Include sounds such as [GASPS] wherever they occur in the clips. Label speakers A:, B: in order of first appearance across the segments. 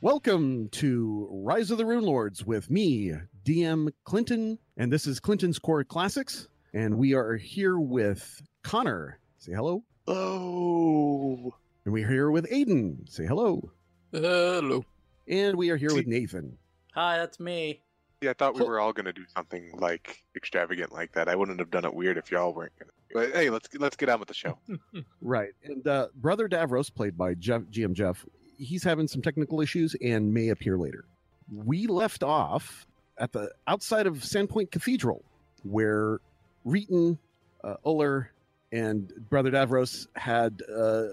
A: Welcome to Rise of the Rune Lords with me, DM Clinton, and this is Clinton's Core Classics, and we are here with Connor. Say hello.
B: Oh,
A: And we're here with Aiden. Say hello.
C: Hello.
A: And we are here with Nathan.
D: Hi, that's me.
B: yeah. I thought we
A: Cool.
B: were all gonna do something like extravagant like that. I wouldn't have done it weird if y'all weren't gonna. But hey, let's let's get on with the show.
A: Right. And uh, Brother Davros, played by Jeff, GM Jeff, he's having some technical issues and may appear later. We left off at the outside of Sandpoint Cathedral, where Reeton, uh, Uller, and Brother Davros had uh,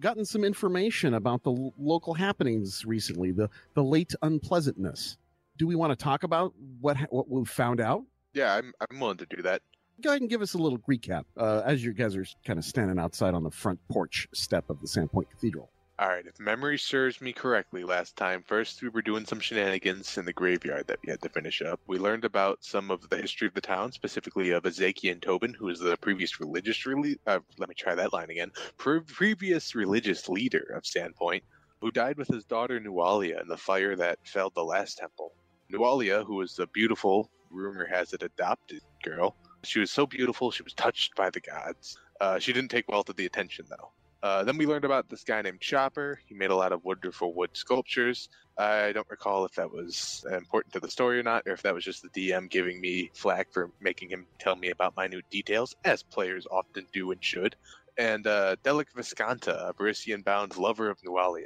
A: gotten some information about the l- local happenings recently, the, the late unpleasantness. Do we want to talk about what, ha- what we found out?
B: [LAUGHS] Yeah, I'm I'm willing to do that.
A: go ahead and give us a little recap uh, as you guys are kind of standing outside on the front porch step of the Sandpoint Cathedral.
B: All right, if memory serves me correctly, last time, first we were doing some shenanigans in the graveyard that we had to finish up. We learned about some of the history of the town, specifically of Ezekiel and Tobin, who is the previous religious rele- uh, let me try that line again. Pre- previous religious leader of Sandpoint, who died with his daughter Nualia in the fire that felled the last temple. Nualia, who was a beautiful, rumor has it, adopted girl. She was so beautiful, she was touched by the gods. Uh, she didn't take well to the attention, though. Uh, then we learned about this guy named Chopper. He made a lot of wonderful wood sculptures. I don't recall if that was important to the story or not, or if that was just the DM giving me flack for making him tell me about minute details, as players often do and should. And uh, Delic Viscanta, a Barisian bound lover of Nualia.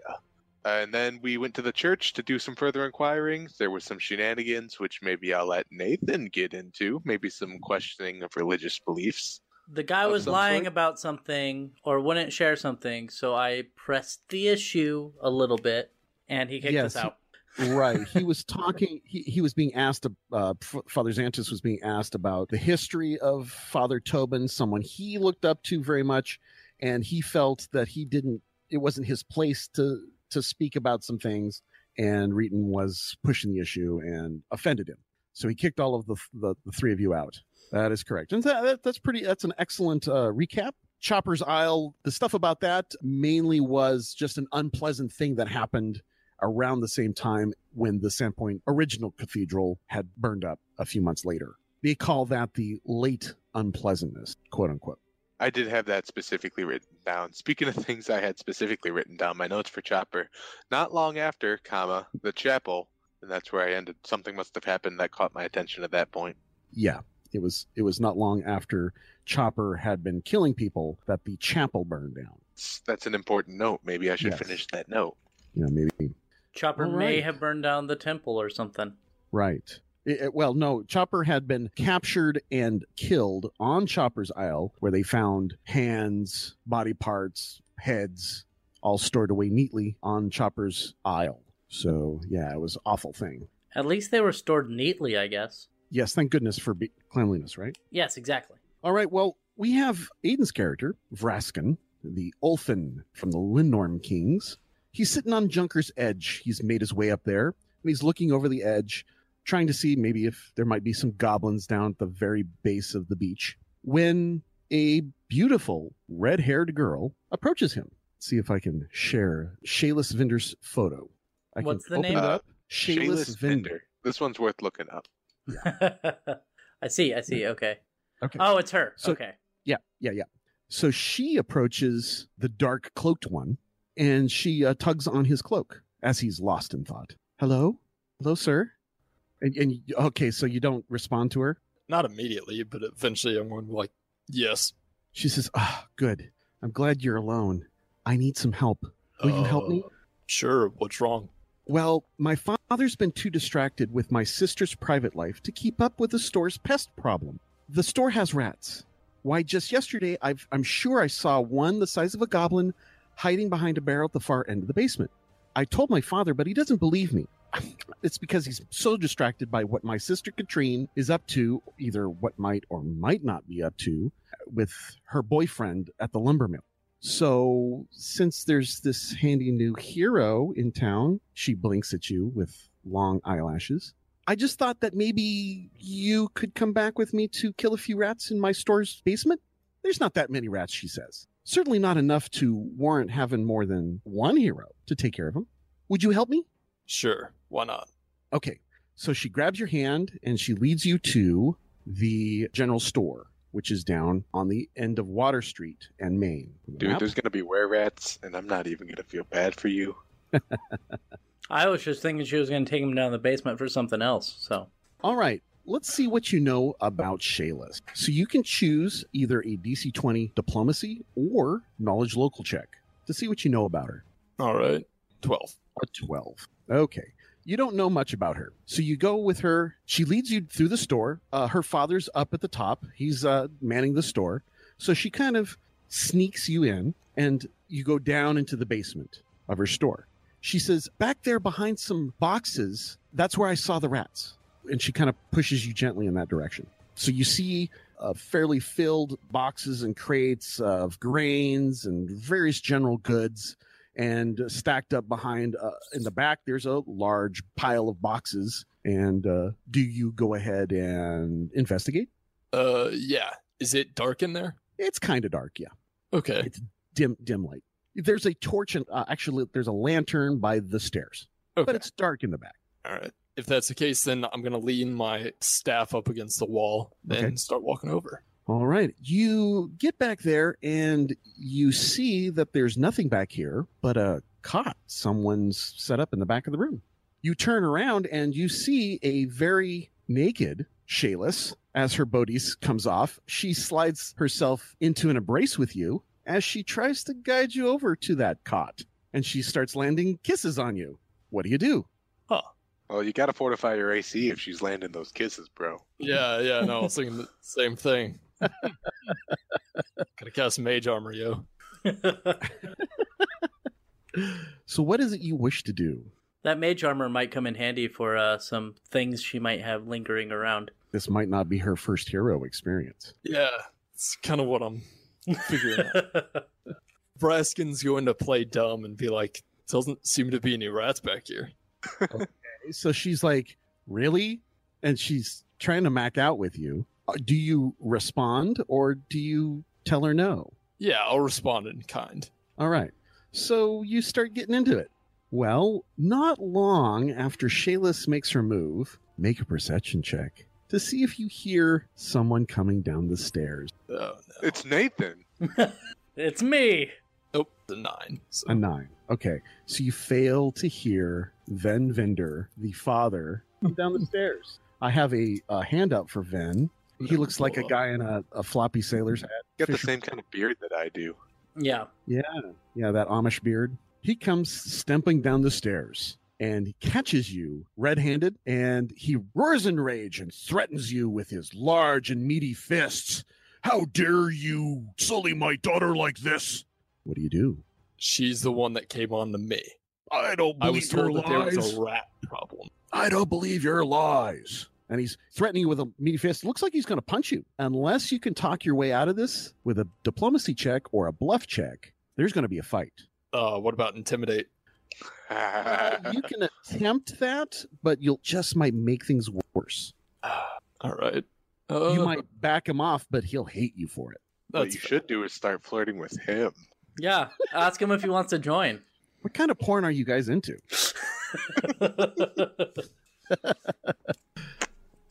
B: Uh, And then we went to the church to do some further inquiring. There was some shenanigans, which maybe I'll let Nathan get into, maybe some questioning of religious beliefs.
D: The guy
B: Of
D: was
B: some
D: lying
B: sort?
D: about something or wouldn't share something, so I pressed the issue a little bit and he kicked
A: Yes.
D: us out.
A: Right. he was talking, he, he was being asked, uh, F- Father Xantus was being asked about the history of Father Tobin, someone he looked up to very much, and he felt that he didn't, it wasn't his place to, to speak about some things, and Reeton was pushing the issue and offended him. So he kicked all of the, the, the three of you out. That is correct. And that, that- that's pretty, that's an excellent uh, recap. Chopper's Isle, the stuff about that mainly was just an unpleasant thing that happened around the same time when the Sandpoint original cathedral had burned up a few months later. They call that the late unpleasantness, quote unquote.
B: I did have that specifically written down. Speaking of things I had specifically written down, my notes for Chopper. Not long after, comma, the chapel, and that's where I ended. Something must have happened that caught my attention at that point.
A: Yeah, it was it was not long after Chopper had been killing people that the chapel burned down.
B: S- That's an important note. Maybe I should
A: Yes.
B: finish that note.
A: You know, maybe
D: Chopper
A: All
D: may
A: right.
D: have burned down the temple or something.
A: right. It- it- well, no, Chopper had been captured and killed on Chopper's Isle, where they found hands, body parts, heads, all stored away neatly on Chopper's Isle. So yeah, it was an awful thing.
D: At least they were stored neatly, I guess.
A: Yes, thank goodness for be- cleanliness, right?
D: Yes, exactly. [LAUGHS]
A: All right, well, we have Aiden's character, Vraskin, the Ulfin from the Lindorm Kings. He's sitting on Junker's Edge. He's made his way up there, and he's looking over the edge, trying to see maybe if there might be some goblins down at the very base of the beach, when a beautiful red haired girl approaches him. see if I can share Shayless Vinder's photo. I
D: What's the
A: can open
D: name?
A: it
B: Uh,
A: up. Shayless Vinder.
B: This one's worth looking up.
D: I see, I see, okay.
A: Okay.
D: Oh, it's her.
A: So-
D: okay.
A: Yeah, yeah, yeah. So she approaches the dark cloaked one and she uh, tugs on his cloak as he's lost in thought. Hello? Hello, sir? And, and okay, so you don't respond to her?
C: Not immediately, but eventually I'm going to be like, yes.
A: She says, Ah, good. I'm glad you're alone. I need some help. Will you help me?
C: Uh, Sure. What's wrong?
A: Well, my father's been too distracted with my sister's private life to keep up with the store's pest problem. The store has rats. Why, just yesterday, I've, I'm sure I saw one the size of a goblin hiding behind a barrel at the far end of the basement. I told my father, but he doesn't believe me. [LAUGHS] It's because he's so distracted by what my sister Katrine is up to, either what might or might not be up to, with her boyfriend at the lumber mill. So, since there's this handy new hero in town, she blinks at you with long eyelashes. I just thought that maybe you could come back with me to kill a few rats in my store's basement. There's not that many rats, she says. Certainly not enough to warrant having more than one hero to take care of them. Would you help me?
C: Sure, why not?
A: Okay. So she grabs your hand and she leads you to the general store, which is down on the end of Water Street and Main.
B: Dude,
A: Map?
B: there's gonna be were rats, and I'm not even gonna feel bad for you.
D: I was just thinking she was going to take him down to the basement for something else. So [LAUGHS]
A: All right. Let's see what you know about Shayla's. So you can choose either a DC 20 diplomacy or knowledge local check to see what you know about her.
C: All right, twelve.
A: A 12. Okay. You don't know much about her. So you go with her. She leads you through the store. Uh, her father's up at the top, he's uh, manning the store. So she kind of sneaks you in and you go down into the basement of her store. She says, Back there behind some boxes, that's where I saw the rats. And she kind of pushes you gently in that direction. So you see uh, fairly filled boxes and crates of grains and various general goods and uh, stacked up behind uh, in the back there's a large pile of boxes and uh, do you go ahead and investigate
C: Uh, yeah. Is it dark in there?
A: it's kind of dark yeah
C: Okay.
A: dim dim light there's a torch and uh, actually there's a lantern by the stairs
C: Okay.
A: but it's dark in the back
C: All right. If that's the case, then I'm gonna lean my staff up against the wall
A: Okay.
C: and start walking over.
A: all right you get back there and you see that there's nothing back here but a cot someone's set up in the back of the room you turn around and you see a very naked Shayless as her bodice comes off. She slides herself into an embrace with you as she tries to guide you over to that cot and she starts landing kisses on you. What do you do?
B: Well, you gotta fortify your AC if she's landing those kisses, bro.
C: Yeah, yeah. No, I was thinking the [LAUGHS] same thing.
A: [LAUGHS]
C: Gotta cast mage armor, yo.
D: that
A: So, what is it you wish to do?
D: mage armor might come in handy for uh, some things she might have lingering around. [LAUGHS]
A: This might not be her first hero experience.
C: Yeah, it's kind of what I'm
A: [LAUGHS]
C: figuring out. Braskin's going to play dumb and be like, "Doesn't seem to be any rats back here."
A: So she's like, Really? And she's trying to mac out with you. Uh, Do you respond or do you tell her no?
C: Yeah, I'll respond in kind.
A: All right. So you start getting into it. Well, not long after Shaylis makes her move, make a perception check to see if you hear someone coming down the stairs.
C: Oh no.
B: It's Nathan.
D: it's me.
C: Nope, oh, the nine. So
A: A nine. Okay. So you fail to hear Ven Vender, the father, come down the stairs. I have a, a hand up for Ven. He looks like a guy in a, a floppy sailor's hat.
B: You got the
A: Fisher-
B: same kind of beard that I do. [LAUGHS]
D: Yeah.
A: Yeah, that Amish beard. He comes stumping down the stairs and he catches you red handed and he roars in rage and threatens you with his large and meaty fists. How dare you sully my daughter like this? What do you do?
C: She's the one that came on to me.
A: I don't
C: I was told that there was a rat problem.
A: I don't believe your lies. And he's threatening you with a meaty fist. Looks like he's going to punch you. Unless you can talk your way out of this with a diplomacy check or a bluff check, there's going to be a fight.
C: Uh, what about intimidate?
A: Uh, you can attempt that, but you'll just might make things worse.
C: All right. Uh,
A: you might back him off, but he'll hate you for it.
B: what
C: That's
B: you should do is start flirting with him.
D: Yeah. Ask him if he wants to join.
A: What kind of porn are you guys into?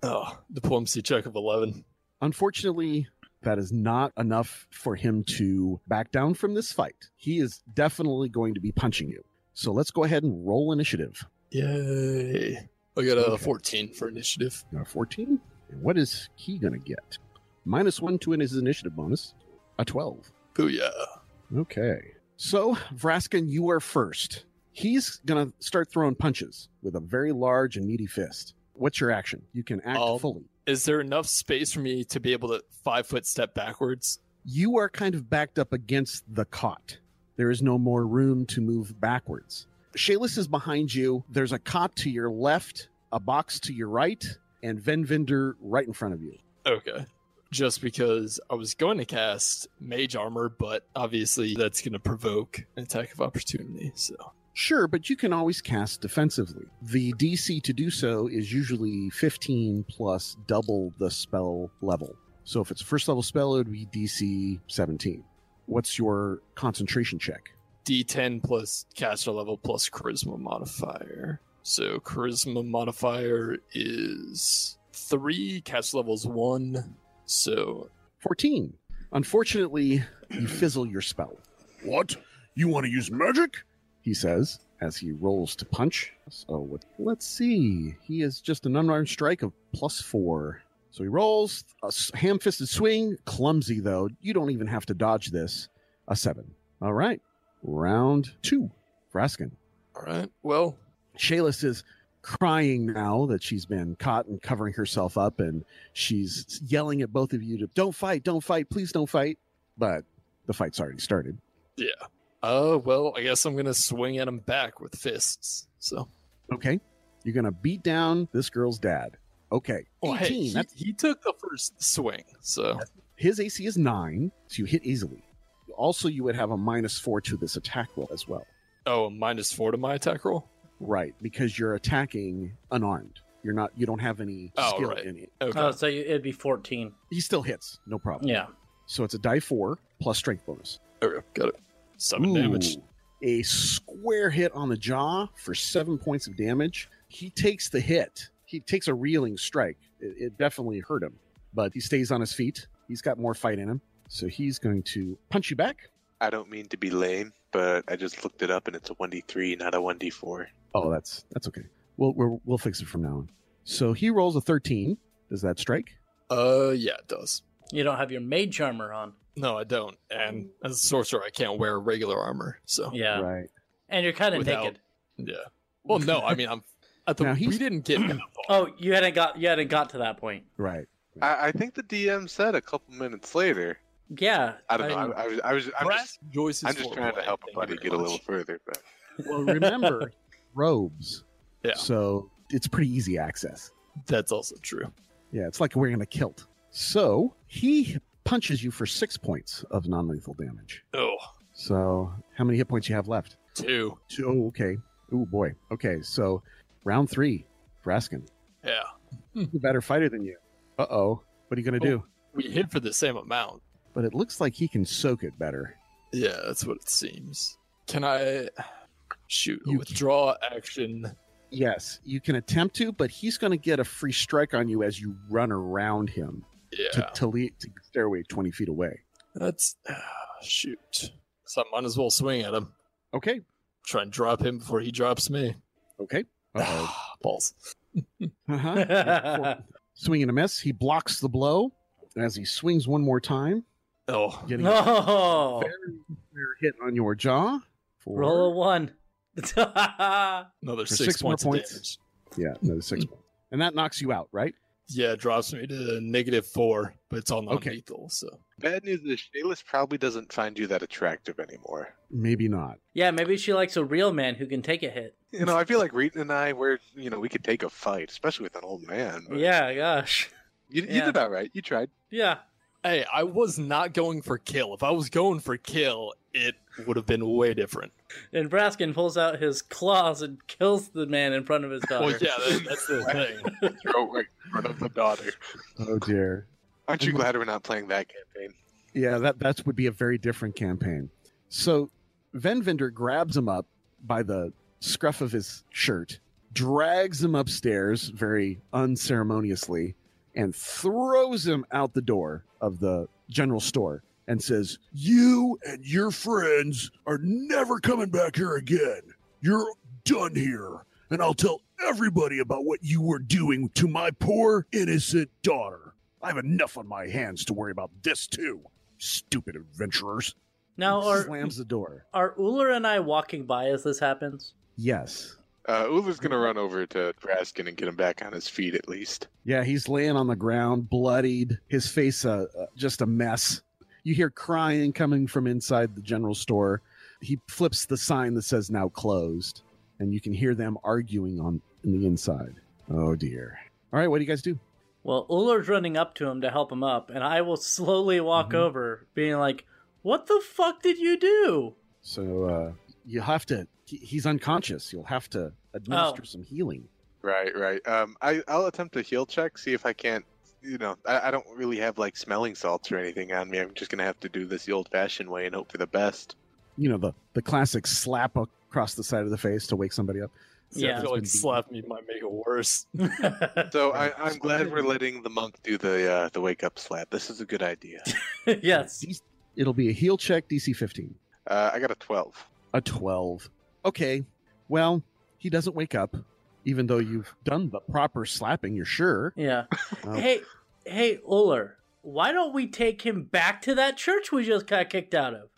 C: Oh, diplomacy check of eleven.
A: Unfortunately, that is not enough for him to back down from this fight. He is definitely going to be punching you. So let's go ahead and roll initiative.
C: Yay! I got a
A: Okay.
C: fourteen for initiative.
A: Now, 14. And what is he going to get? Minus one to in his initiative bonus, a 12.
C: Booyah!
A: Okay. So, Vraskin, you are first. He's going to start throwing punches with a very large and meaty fist. What's your action? You can act
C: I'll-
A: fully.
C: Is there enough space for me to be able to five foot step backwards?
A: You are kind of backed up against the cot. There is no more room to move backwards. Shayless is behind you. There's a cot to your left, a box to your right, and Venvinder right in front of you.
C: Okay. Just because I was going to cast mage armor, but obviously that's going to provoke an attack of opportunity. So
A: Sure, but you can always cast defensively. The DC to do so is usually 15 plus double the spell level. So if it's a first level spell, it would be DC 17. What's your concentration check?
C: D10 plus caster level plus charisma modifier. So charisma modifier is three, cast level's one. So
A: 14. Unfortunately, you fizzle your spell.
E: What? You want to use magic?
A: he says as he rolls to punch. So what, let's see. He is just an unarmed strike of plus four. So he rolls a s- ham-fisted swing, clumsy though. You don't even have to dodge this. A seven. All right. Round two. Fraskin.
C: all right. Well,
A: Shalis is crying now that she's been caught and covering herself up, and she's yelling at both of you to don't fight, don't fight, please don't fight. But the fight's already started.
C: uh well, I guess I'm gonna swing at him back with fists. So
A: Okay. You're going to beat down this girl's dad. Okay.
C: Oh,
A: 18.
C: hey, he-
A: That's-
C: he, took the first swing. So
A: his AC is nine, so you hit easily. Also, you would have a minus four to this attack roll as well.
C: oh, a minus four to my attack roll.
A: Right. Because you're attacking unarmed. You're not, you don't have any
C: Oh,
A: skill
C: right.
A: in it.
C: Okay.
D: Oh, so you, it'd be 14.
A: He still hits. No problem.
D: Yeah.
A: So it's a die four plus strength bonus.
C: okay, got it. Seven damage.
A: Ooh. A square hit on the jaw for seven points of damage. He takes the hit. He takes a reeling strike. It, it definitely hurt him, but he stays on his feet. He's got more fight in him. So he's going to punch you back.
B: I don't mean to be lame, but I just looked it up and it's a 1d3, not a 1d4.
A: Oh, that's that's okay. We'll we'll, we'll fix it from now on. So he rolls a 13. Does that strike?
C: Uh, yeah, it does.
D: You don't have your mage armor on.
C: No, I don't. And as a sorcerer, I can't wear regular armor. So
D: Yeah.
A: Right.
D: And you're kind of
C: Without-
D: naked.
C: yeah. Well, no, I mean, I'm. I
A: Now [LAUGHS]
C: thought we
A: he's- [CLEARS THROAT]
C: didn't get that far.
D: Oh, you hadn't got you hadn't got to that point.
A: Right.
B: I, I think the DM said a couple minutes later.
D: Yeah.
B: I don't know.
C: I'm-
B: I, I was, I was, I'm
C: Brass
B: just,
C: Joyce's
B: I'm just trying to
C: foreplay.
B: help a
C: Thank you
B: buddy
C: very
B: get a
C: much.
B: little further. But
A: Well, remember robes.
C: Yeah.
A: So it's pretty easy access.
C: That's also true.
A: Yeah, it's like wearing a kilt. So he punches you for six points of non-lethal damage.
C: Oh,
A: So how many hit points you have left?
C: two.
A: Two. Oh, okay. Oh boy. Okay. So round three, Braskin,
C: Yeah,
A: a better fighter than you. Uh oh. What are you gonna
C: Oh.
A: do?
C: we hit for the same amount.
A: But it looks like he can soak it better.
C: Yeah, that's what it seems. Can I shoot a
A: You-
C: withdraw action?
A: Yes, you can attempt to, but he's going to get a free strike on you as you run around him
C: Yeah,
A: to, to lead to the stairway 20 feet away.
C: that's ah, shoot. So I might as well swing at him.
A: Okay.
C: Try and drop him before he drops me.
A: Okay.
C: [LAUGHS] [SIGHS]
A: Uh-oh.
C: Balls.
A: uh-huh. [LAUGHS] Swing and a miss. He blocks the blow as he swings one more time,
C: Oh,
A: getting a
D: [LAUGHS] no.
A: very fair hit on your jaw. For,
D: Roll a one. [LAUGHS]
C: another
A: For
C: six,
A: six more
C: points, of
A: points.
C: damage.
A: Yeah, another six points. And that knocks you out, right?
C: Yeah, it drops me to negative four, but it's all
A: Okay.
C: non-lethal. So
B: bad news is Shayless probably doesn't find you that attractive anymore.
A: Maybe not.
D: yeah, maybe she likes a real man who can take a hit.
B: You know, I feel like Reeton and I, we're, you know, we could take a fight, especially with an old man. but
D: Yeah, gosh. [LAUGHS]
B: You, you
D: Yeah.
B: did all right. You tried.
D: Yeah.
C: hey, I was not going for kill. If I was going for kill, it would have been way different.
D: And Braskin pulls out his claws and kills the man in front of his daughter.
C: Well, yeah, that, that's the thing.
B: You're right in front of the daughter.
A: Oh dear.
B: Aren't you glad we're not playing that campaign?
A: Yeah, that that would be a very different campaign. So Venvinder grabs him up by the scruff of his shirt, drags him upstairs very unceremoniously, and throws him out the door of the general store and says,
E: You and your friends are never coming back here again. You're done here, and I'll tell everybody about what you were doing to my poor, innocent daughter. I have enough on my hands to worry about this, too. Stupid adventurers.
D: Now, are,
A: slams the door.
D: are Uller and I walking by as this happens?
A: Yes.
B: Uh, Ula's gonna run over to Braskin and get him back on his feet at least.
A: Yeah, he's laying on the ground, bloodied, his face uh, uh, just a mess. You hear crying coming from inside the general store. He flips the sign that says now closed, and you can hear them arguing on in the inside. Oh dear. All right, what do you guys do?
D: Well, Uller's running up to him to help him up, and I will slowly walk
A: Mhm.
D: over, being like, What the fuck did you do? [LAUGHS]
A: So uh you have to he- he's unconscious. You'll have to administer
D: Oh.
A: some healing.
B: Right, right. Um, I, I'll attempt a heal check, see if I can't. You know, I, I don't really have like smelling salts or anything on me. I'm just gonna have to do this the old-fashioned way and hope for the best.
A: You know, the the classic slap across the side of the face to wake somebody up.
C: Yeah, I
D: Yeah.
C: feel like
A: It's been
C: slap me might make it worse. [SIGHS]
B: So I, I'm glad we're letting the monk do the uh, the wake up slap. This is a good idea.
D: yes.
A: It'll be a heal check, DC 15.
B: Uh, I got a 12.
A: A 12. Okay. Well, he doesn't wake up, even though you've done the proper slapping, you're sure.
D: Yeah.
A: Oh.
D: Hey, hey, Uller, why don't we take him back to that church we just got kicked out of?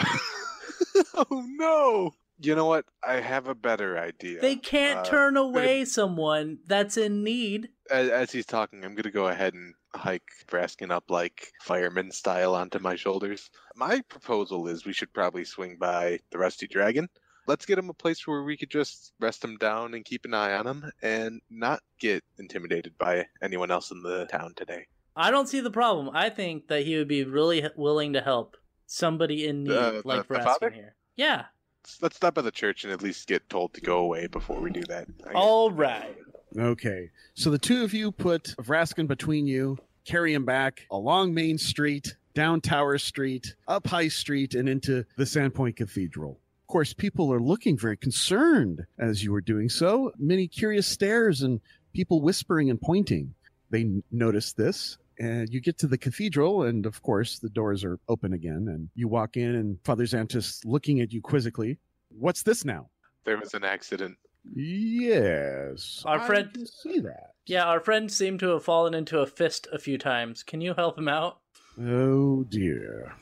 B: oh no! You know what? I have a better idea.
D: They can't
B: Uh,
D: turn away someone that's in need.
B: as, as he's talking, I'm gonna go ahead and hike Braskin up like fireman style onto my shoulders. My proposal is we should probably swing by the Rusty Dragon. Let's get him a place where we could just rest him down and keep an eye on him and not get intimidated by anyone else in the town today.
D: I don't see the problem. I think that he would be really h- willing to help somebody in need,
B: Uh,
D: like
B: the- the
D: Braskin
B: father?
D: here. Yeah.
B: Let's- Let's stop at the church and at least get told to go away before we do that. I guess.
D: All right.
A: Okay. So the two of you put Vraskin between you, carry him back along Main Street, down Tower Street, up High Street, and into the Sandpoint Cathedral. Of course, people are looking very concerned as you are doing so. Many curious stares and people whispering and pointing. They n- notice this. And you get to the cathedral, and of course, the doors are open again. And you walk in, and Father Xantus looking at you quizzically. What's this now?
B: There was an accident.
A: Yes.
D: Our
A: I
D: friend-
A: can see that.
D: Yeah, our friend seemed to have fallen into a fist a few times. Can you help him out?
A: Oh dear.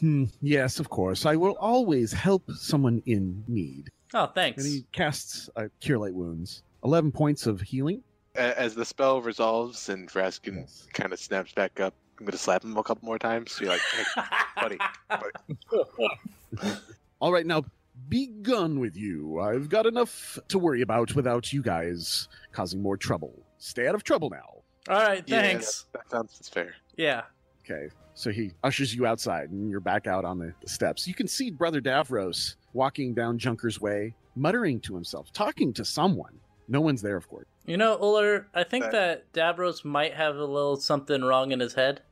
A: Hmm, yes, of course. I will always help someone in need.
D: Oh, thanks.
A: And he casts uh, Cure Light Wounds. 11 points of healing.
B: A- As the spell resolves and Vraskin
A: Yes.
B: kind of snaps back up, I'm gonna slap him a couple more times. Be like, "Hey, buddy,
A: All right, now be gone with you. I've got enough to worry about without you guys causing more trouble. Stay out of trouble now.
D: [LAUGHS] All right,
B: Yeah,
D: thanks.
B: that sounds fair.
D: Yeah.
A: Okay, so he ushers you outside and you're back out on the steps. You can see Brother Davros walking down Junker's Way, muttering to himself, talking to someone. No one's there, of course.
D: You know, Uller, I think
B: Uh,
D: that Davros might have a little something wrong in his head.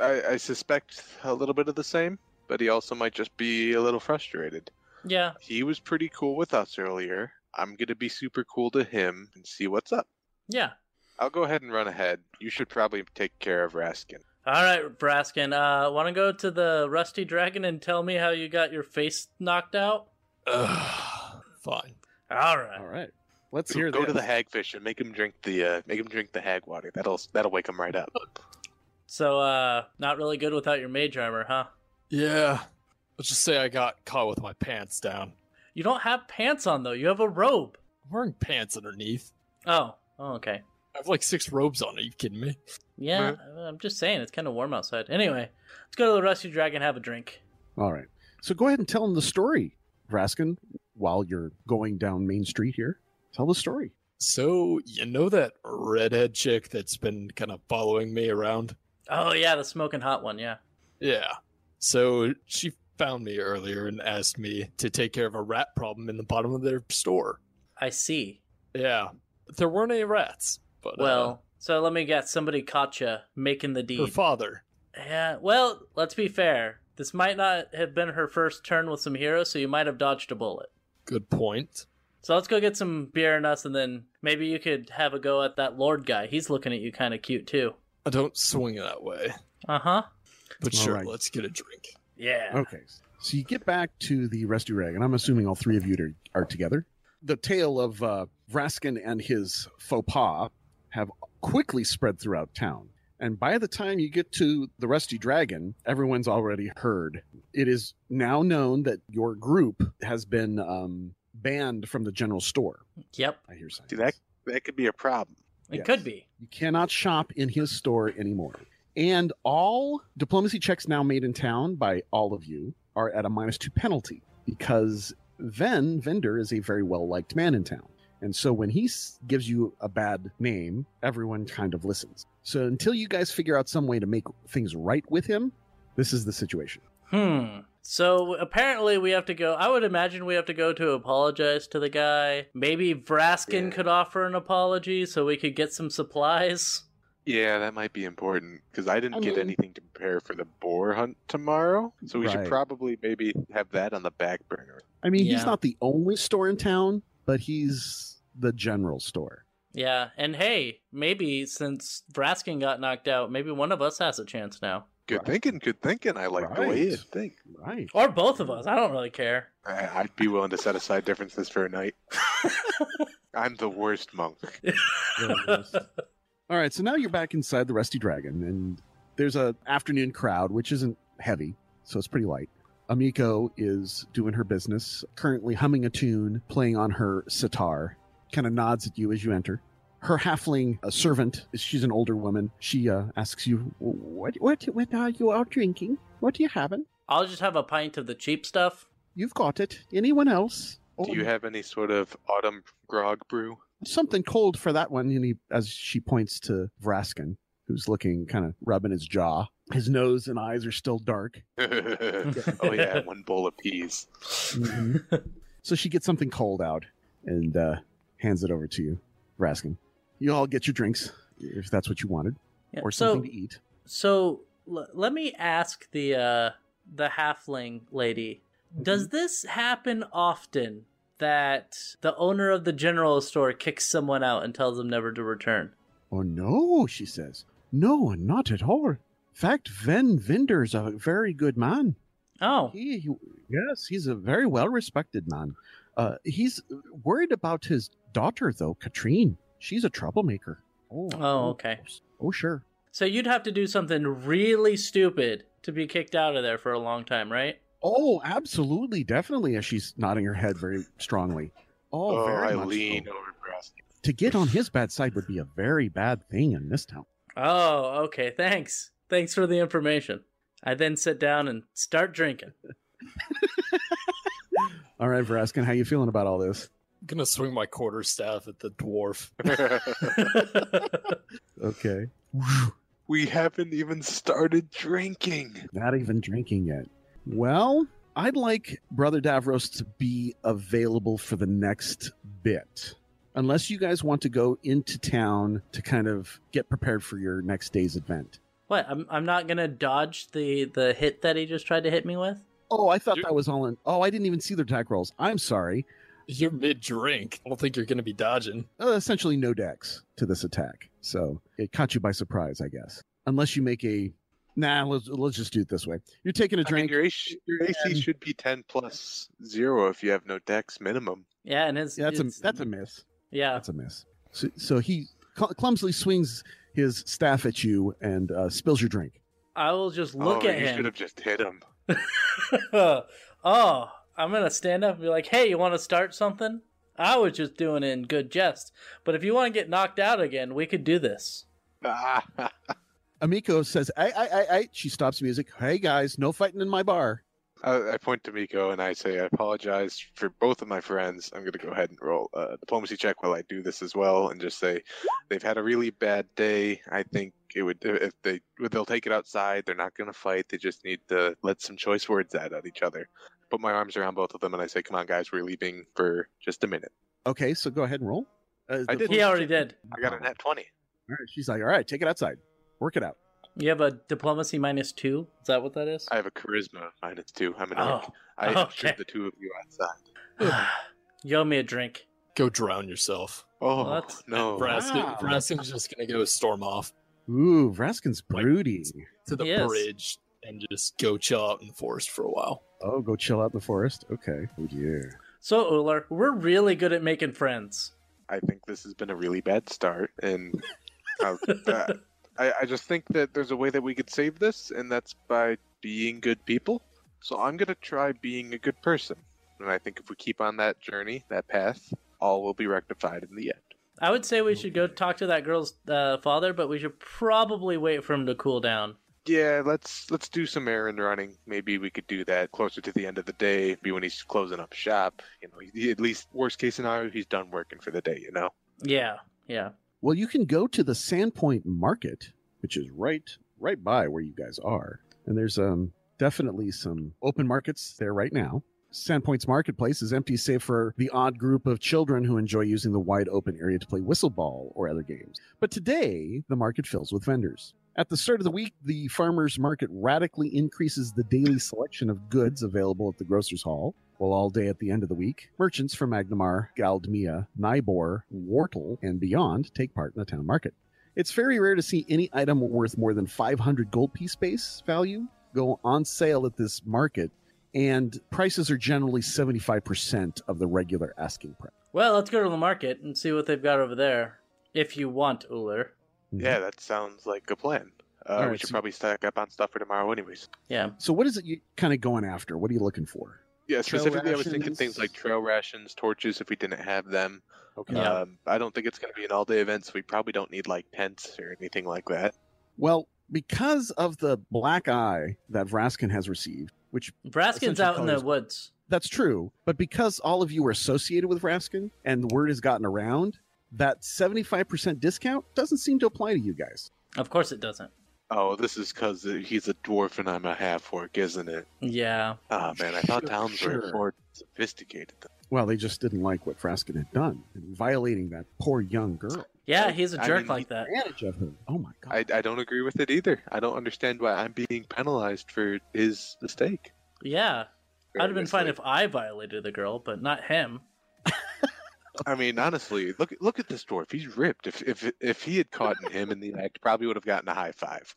B: I, I suspect a little bit of the same, but he also might just be a little frustrated.
D: Yeah.
B: He was pretty cool with us earlier. I'm gonna be super cool to him and see what's up.
D: Yeah.
B: I'll go ahead and run ahead. You should probably take care of Raskin.
D: All right, Braskin. Uh, want to go to the Rusty Dragon and tell me how you got your face knocked out?
C: Ugh, fine.
D: All right.
A: All right. Let's hear
B: Uh, go to the
A: this.
B: hagfish and make him drink the uh, make him drink the hag water. That'll that'll wake him right up.
D: So, uh, not really good without your mage armor, huh?
C: Yeah. Let's just say I got caught with my pants down.
D: You don't have pants on though. You have a robe.
C: I'm wearing pants underneath.
D: Oh. Oh, okay.
C: I have like six robes on. Are you kidding me?
D: Yeah, I'm just saying it's kind of warm outside. Anyway, let's go to the Rusty Dragon and have a drink.
A: All right. So go ahead and tell him the story, Raskin, while you're going down Main Street here. Tell the story.
C: So you know that redhead chick that's been kind of following me around?
D: Oh yeah, the smoking hot one. Yeah.
C: Yeah. So she found me earlier and asked me to take care of a rat problem in the bottom of their store.
D: I see.
C: Yeah. There weren't any rats, but uh,
D: Well, so let me guess. Somebody caught you making the
C: her
D: deed.
C: father.
D: Yeah. Well, let's be fair. This might not have been her first turn with some heroes, so you might have dodged a bullet.
C: Good point.
D: So let's go get some beer and us, and then maybe you could have a go at that Lord guy. He's looking at you kind of cute too.
C: I don't swing that way,
D: Uh huh.
C: but
A: All
C: sure,
A: right.
C: let's get a drink.
D: Yeah.
A: Okay. So you get back to the Rusty Rag, and I'm assuming all three of you are, are together. The tale of uh, Raskin and his faux pas have quickly spread throughout town. And by the time you get to the Rusty Dragon, everyone's already heard. It is now known that your group has been um, banned from the general store.
D: Yep.
A: I hear signs.
B: See that that could be a problem.
D: It
A: Yes.
D: could be.
A: You cannot shop in his store anymore. And all diplomacy checks now made in town by all of you are at a minus two penalty because Ven, Vendor, is a very well liked man in town. And so when he s- gives you a bad name, everyone kind of listens. So until you guys figure out some way to make things right with him, this is the situation.
D: Hmm. So apparently we have to go. I would imagine we have to go to apologize to the guy. Maybe Vraskin
B: Yeah.
D: could offer an apology so we could get some supplies.
B: Yeah, that might be important because I didn't
A: I
B: get
A: mean-
B: anything to prepare for the boar hunt tomorrow, so we should
A: Right.
B: probably maybe have that on the back burner.
A: I mean,
D: Yeah.
A: he's not the only store in town, but he's the general store.
D: Yeah, and hey, maybe since Braskin got knocked out, maybe one of us has a chance now.
B: Good
A: Right.
B: thinking, good thinking. I like the way you
A: Right.
B: think.
A: Right.
D: Or both of us. I don't really care.
B: I- I'd be willing to set aside differences for a
A: [LAUGHS]
B: night. I'm the worst monk.
A: [LAUGHS] All right, so now you're back inside the Rusty Dragon, and there's a afternoon crowd, which isn't heavy, so it's pretty light. Amiko is doing her business, currently humming a tune, playing on her sitar. Kind of nods at you as you enter. Her halfling uh, servant, she's an older woman. She uh, asks you, "What, what, what are you all drinking? What are you having?
D: I'll just have a pint of the cheap stuff.
A: You've got it. Anyone else?
B: Do you have any sort of autumn grog brew? [LAUGHS]
A: something cold for that one. And he, as she points to Vraskin, who's looking kind of rubbing his jaw. His nose and eyes are still dark.
B: oh
A: [LAUGHS]
B: yeah, one bowl of peas.
A: So she gets something cold out and uh, hands it over to you, Vraskin. You all get your drinks if that's what you wanted,
D: Yeah,
A: or
D: so,
A: something to eat.
D: so l- let me ask the uh, the halfling lady: Does
A: Mm-hmm.
D: this happen often that the owner of the general store kicks someone out and tells them never to return?
A: Oh no, she says. No, not at all. In fact, Ven Vinder's a very good man.
D: Oh,
A: He, he- yes, he's a very well respected man. Uh, he's worried about his daughter though, Katrine. She's a troublemaker. Oh,
D: oh, okay.
A: Oh, sure.
D: So you'd have to do something really stupid to be kicked out of there for a long time, right?
A: Oh, absolutely, definitely. As she's nodding her head very strongly. Oh,
B: Oh,
A: very
B: I
A: much
B: lean
A: so.
B: over Braskin.
A: To get on his bad side would be a very bad thing in this town.
D: Oh, okay. Thanks. Thanks for the information. I then sit down and start drinking. [LAUGHS]
A: All right, Veraskin, how you feeling about all this?
C: gonna swing my quarter staff at the dwarf.
A: Okay.
B: [LAUGHS] we haven't even started drinking.
A: Not even drinking yet. Well, I'd like Brother Davros to be available for the next bit. Unless you guys want to go into town to kind of get prepared for your next day's event.
D: what? I'm I'm not gonna dodge the the hit that he just tried to hit me with.
A: Oh, I thought
C: You-
A: that was all in. Oh, I didn't even see the attack rolls. I'm sorry.
C: You're mid drink. I don't think you're gonna be dodging.
A: Uh, essentially, no dex to this attack. So it caught you by surprise, I guess. Unless you make a. Nah, let's, let's just do it this way. You're taking a
B: I mean,
A: drink.
B: your AC, your AC should be 10 plus 0 if you have no dex minimum.
D: Yeah, and his
A: Yeah, that's,
D: his-
A: a, that's a miss.
D: yeah.
A: That's a miss. So, so he cl- clumsily swings his staff at you and uh, spills your drink.
D: I will just look
B: oh,
D: at
B: you should
D: him.
B: have just hit him. [LAUGHS]
D: [LAUGHS] oh, I'm gonna stand up and be like, "Hey, you want to start something?" I was just doing it in good jest, but if you want to get knocked out again, we could do this.
B: Ah,
A: Amiko says, "I, I, I, I." She stops music. Hey guys, no fighting in my bar.
B: I, I point to Miko and I say, I apologize for both of my friends. I'm going to go ahead and roll a diplomacy check while I do this as well and just say, they've had a really bad day. I think it would, if they, they'll take it outside. They're not going to fight. They just need to let some choice words out at each other. Put my arms around both of them and I say, come on, guys, we're leaving for just a minute.
A: Okay, so go ahead and roll. Uh,
B: I
A: the-
B: did.
D: He already did.
B: I got a net 20.
A: All right, she's like, "All right, take it outside, work it out."
D: You have a diplomacy minus two. Is that what that is?
B: I have a charisma minus two. I'm an orc.
D: oh,
B: I
D: okay.
B: shoot the two of you outside.
D: [SIGHS] you owe Oh. me a drink.
C: Go drown yourself.
B: Oh
D: What?
B: no!
C: Braskin,
A: wow.
C: Braskin's just gonna go storm off
A: Ooh, Vraskin's broody.
C: to the
D: He is.
C: bridge and just go chill out in the forest for a while.
A: Oh, go chill out in the forest. Okay. Oh dear.
D: So, Uller, we're really good at making friends.
B: I think this has been a really bad start, and uh, uh, I, I just think that there's a way that we could save this, and that's by being good people. So I'm gonna try being a good person, and I think if we keep on that journey, that path, all will be rectified in the end.
D: I would say we should go talk to that girl's uh, father, but we should probably wait for him to cool down.
B: Yeah, let's let's do some errand running. Maybe we could do that closer to the end of the day, be when he's closing up shop. You know, he, at least worst case scenario, he's done working for the day. You know.
D: Yeah, yeah.
A: Well, you can go to the Sandpoint Market, which is right right by where you guys are. And there's um definitely some open markets there right now. Sandpoint's marketplace is empty save for the odd group of children who enjoy using the wide open area to play whistleball or other games. But today, the market fills with vendors. At the start of the week, the farmers market radically increases the daily selection of goods available at the grocer's hall. Well, all day at the end of the week, merchants from Magnamar, Galdmia, Nybor, Wartle, and beyond take part in the town market. It's very rare to see any item worth more than 500 gold piece base value go on sale at this market, and prices are generally 75% of the regular asking price.
D: Well, let's go to the market and see what they've got over there. If you want, Uller.
B: Yeah, that sounds like a plan. Uh,
A: Mm-hmm. All
B: we
A: right,
B: should
A: so-
B: probably stack up on stuff for tomorrow, anyways.
D: Yeah.
A: So, what is it you kind of going after? What are you looking for?
B: Yeah,
A: Trail
B: specifically, I was thinking things
A: rations.
B: like trail rations, torches, if we didn't have them.
A: Okay.
D: Yeah.
B: Um, I don't think it's going to be an all day event, so we probably don't need like tents or anything like that.
A: Well, because of the black eye that Vraskin has received, which
D: Braskin's
A: Essential
D: out in the
A: colors.
D: woods.
A: That's true. But because all of you are associated with Raskin and the word has gotten around, that 75% discount doesn't seem to apply to you guys.
D: Of course it doesn't.
B: Oh, this is because he's a dwarf and I'm a half orc, isn't it?
D: Yeah.
B: Ah, man, I thought
A: Sure,
B: towns were
A: sure.
B: more sophisticated. Than
A: Well, they just didn't like what Raskin had done, and violating that poor young girl.
D: Yeah,
B: I-
D: he's a
B: I
D: jerk
B: mean,
D: like
B: he-
D: that.
A: Advantage of her. Oh my god.
B: I, I don't agree with it either. I don't understand why I'm being penalized for his mistake.
D: Yeah. I'd have been fine if I violated the girl, but not him. [LAUGHS]
B: I mean, honestly, look look at this dwarf. He's ripped. If if if he had caught him in the act, probably would have gotten a high five,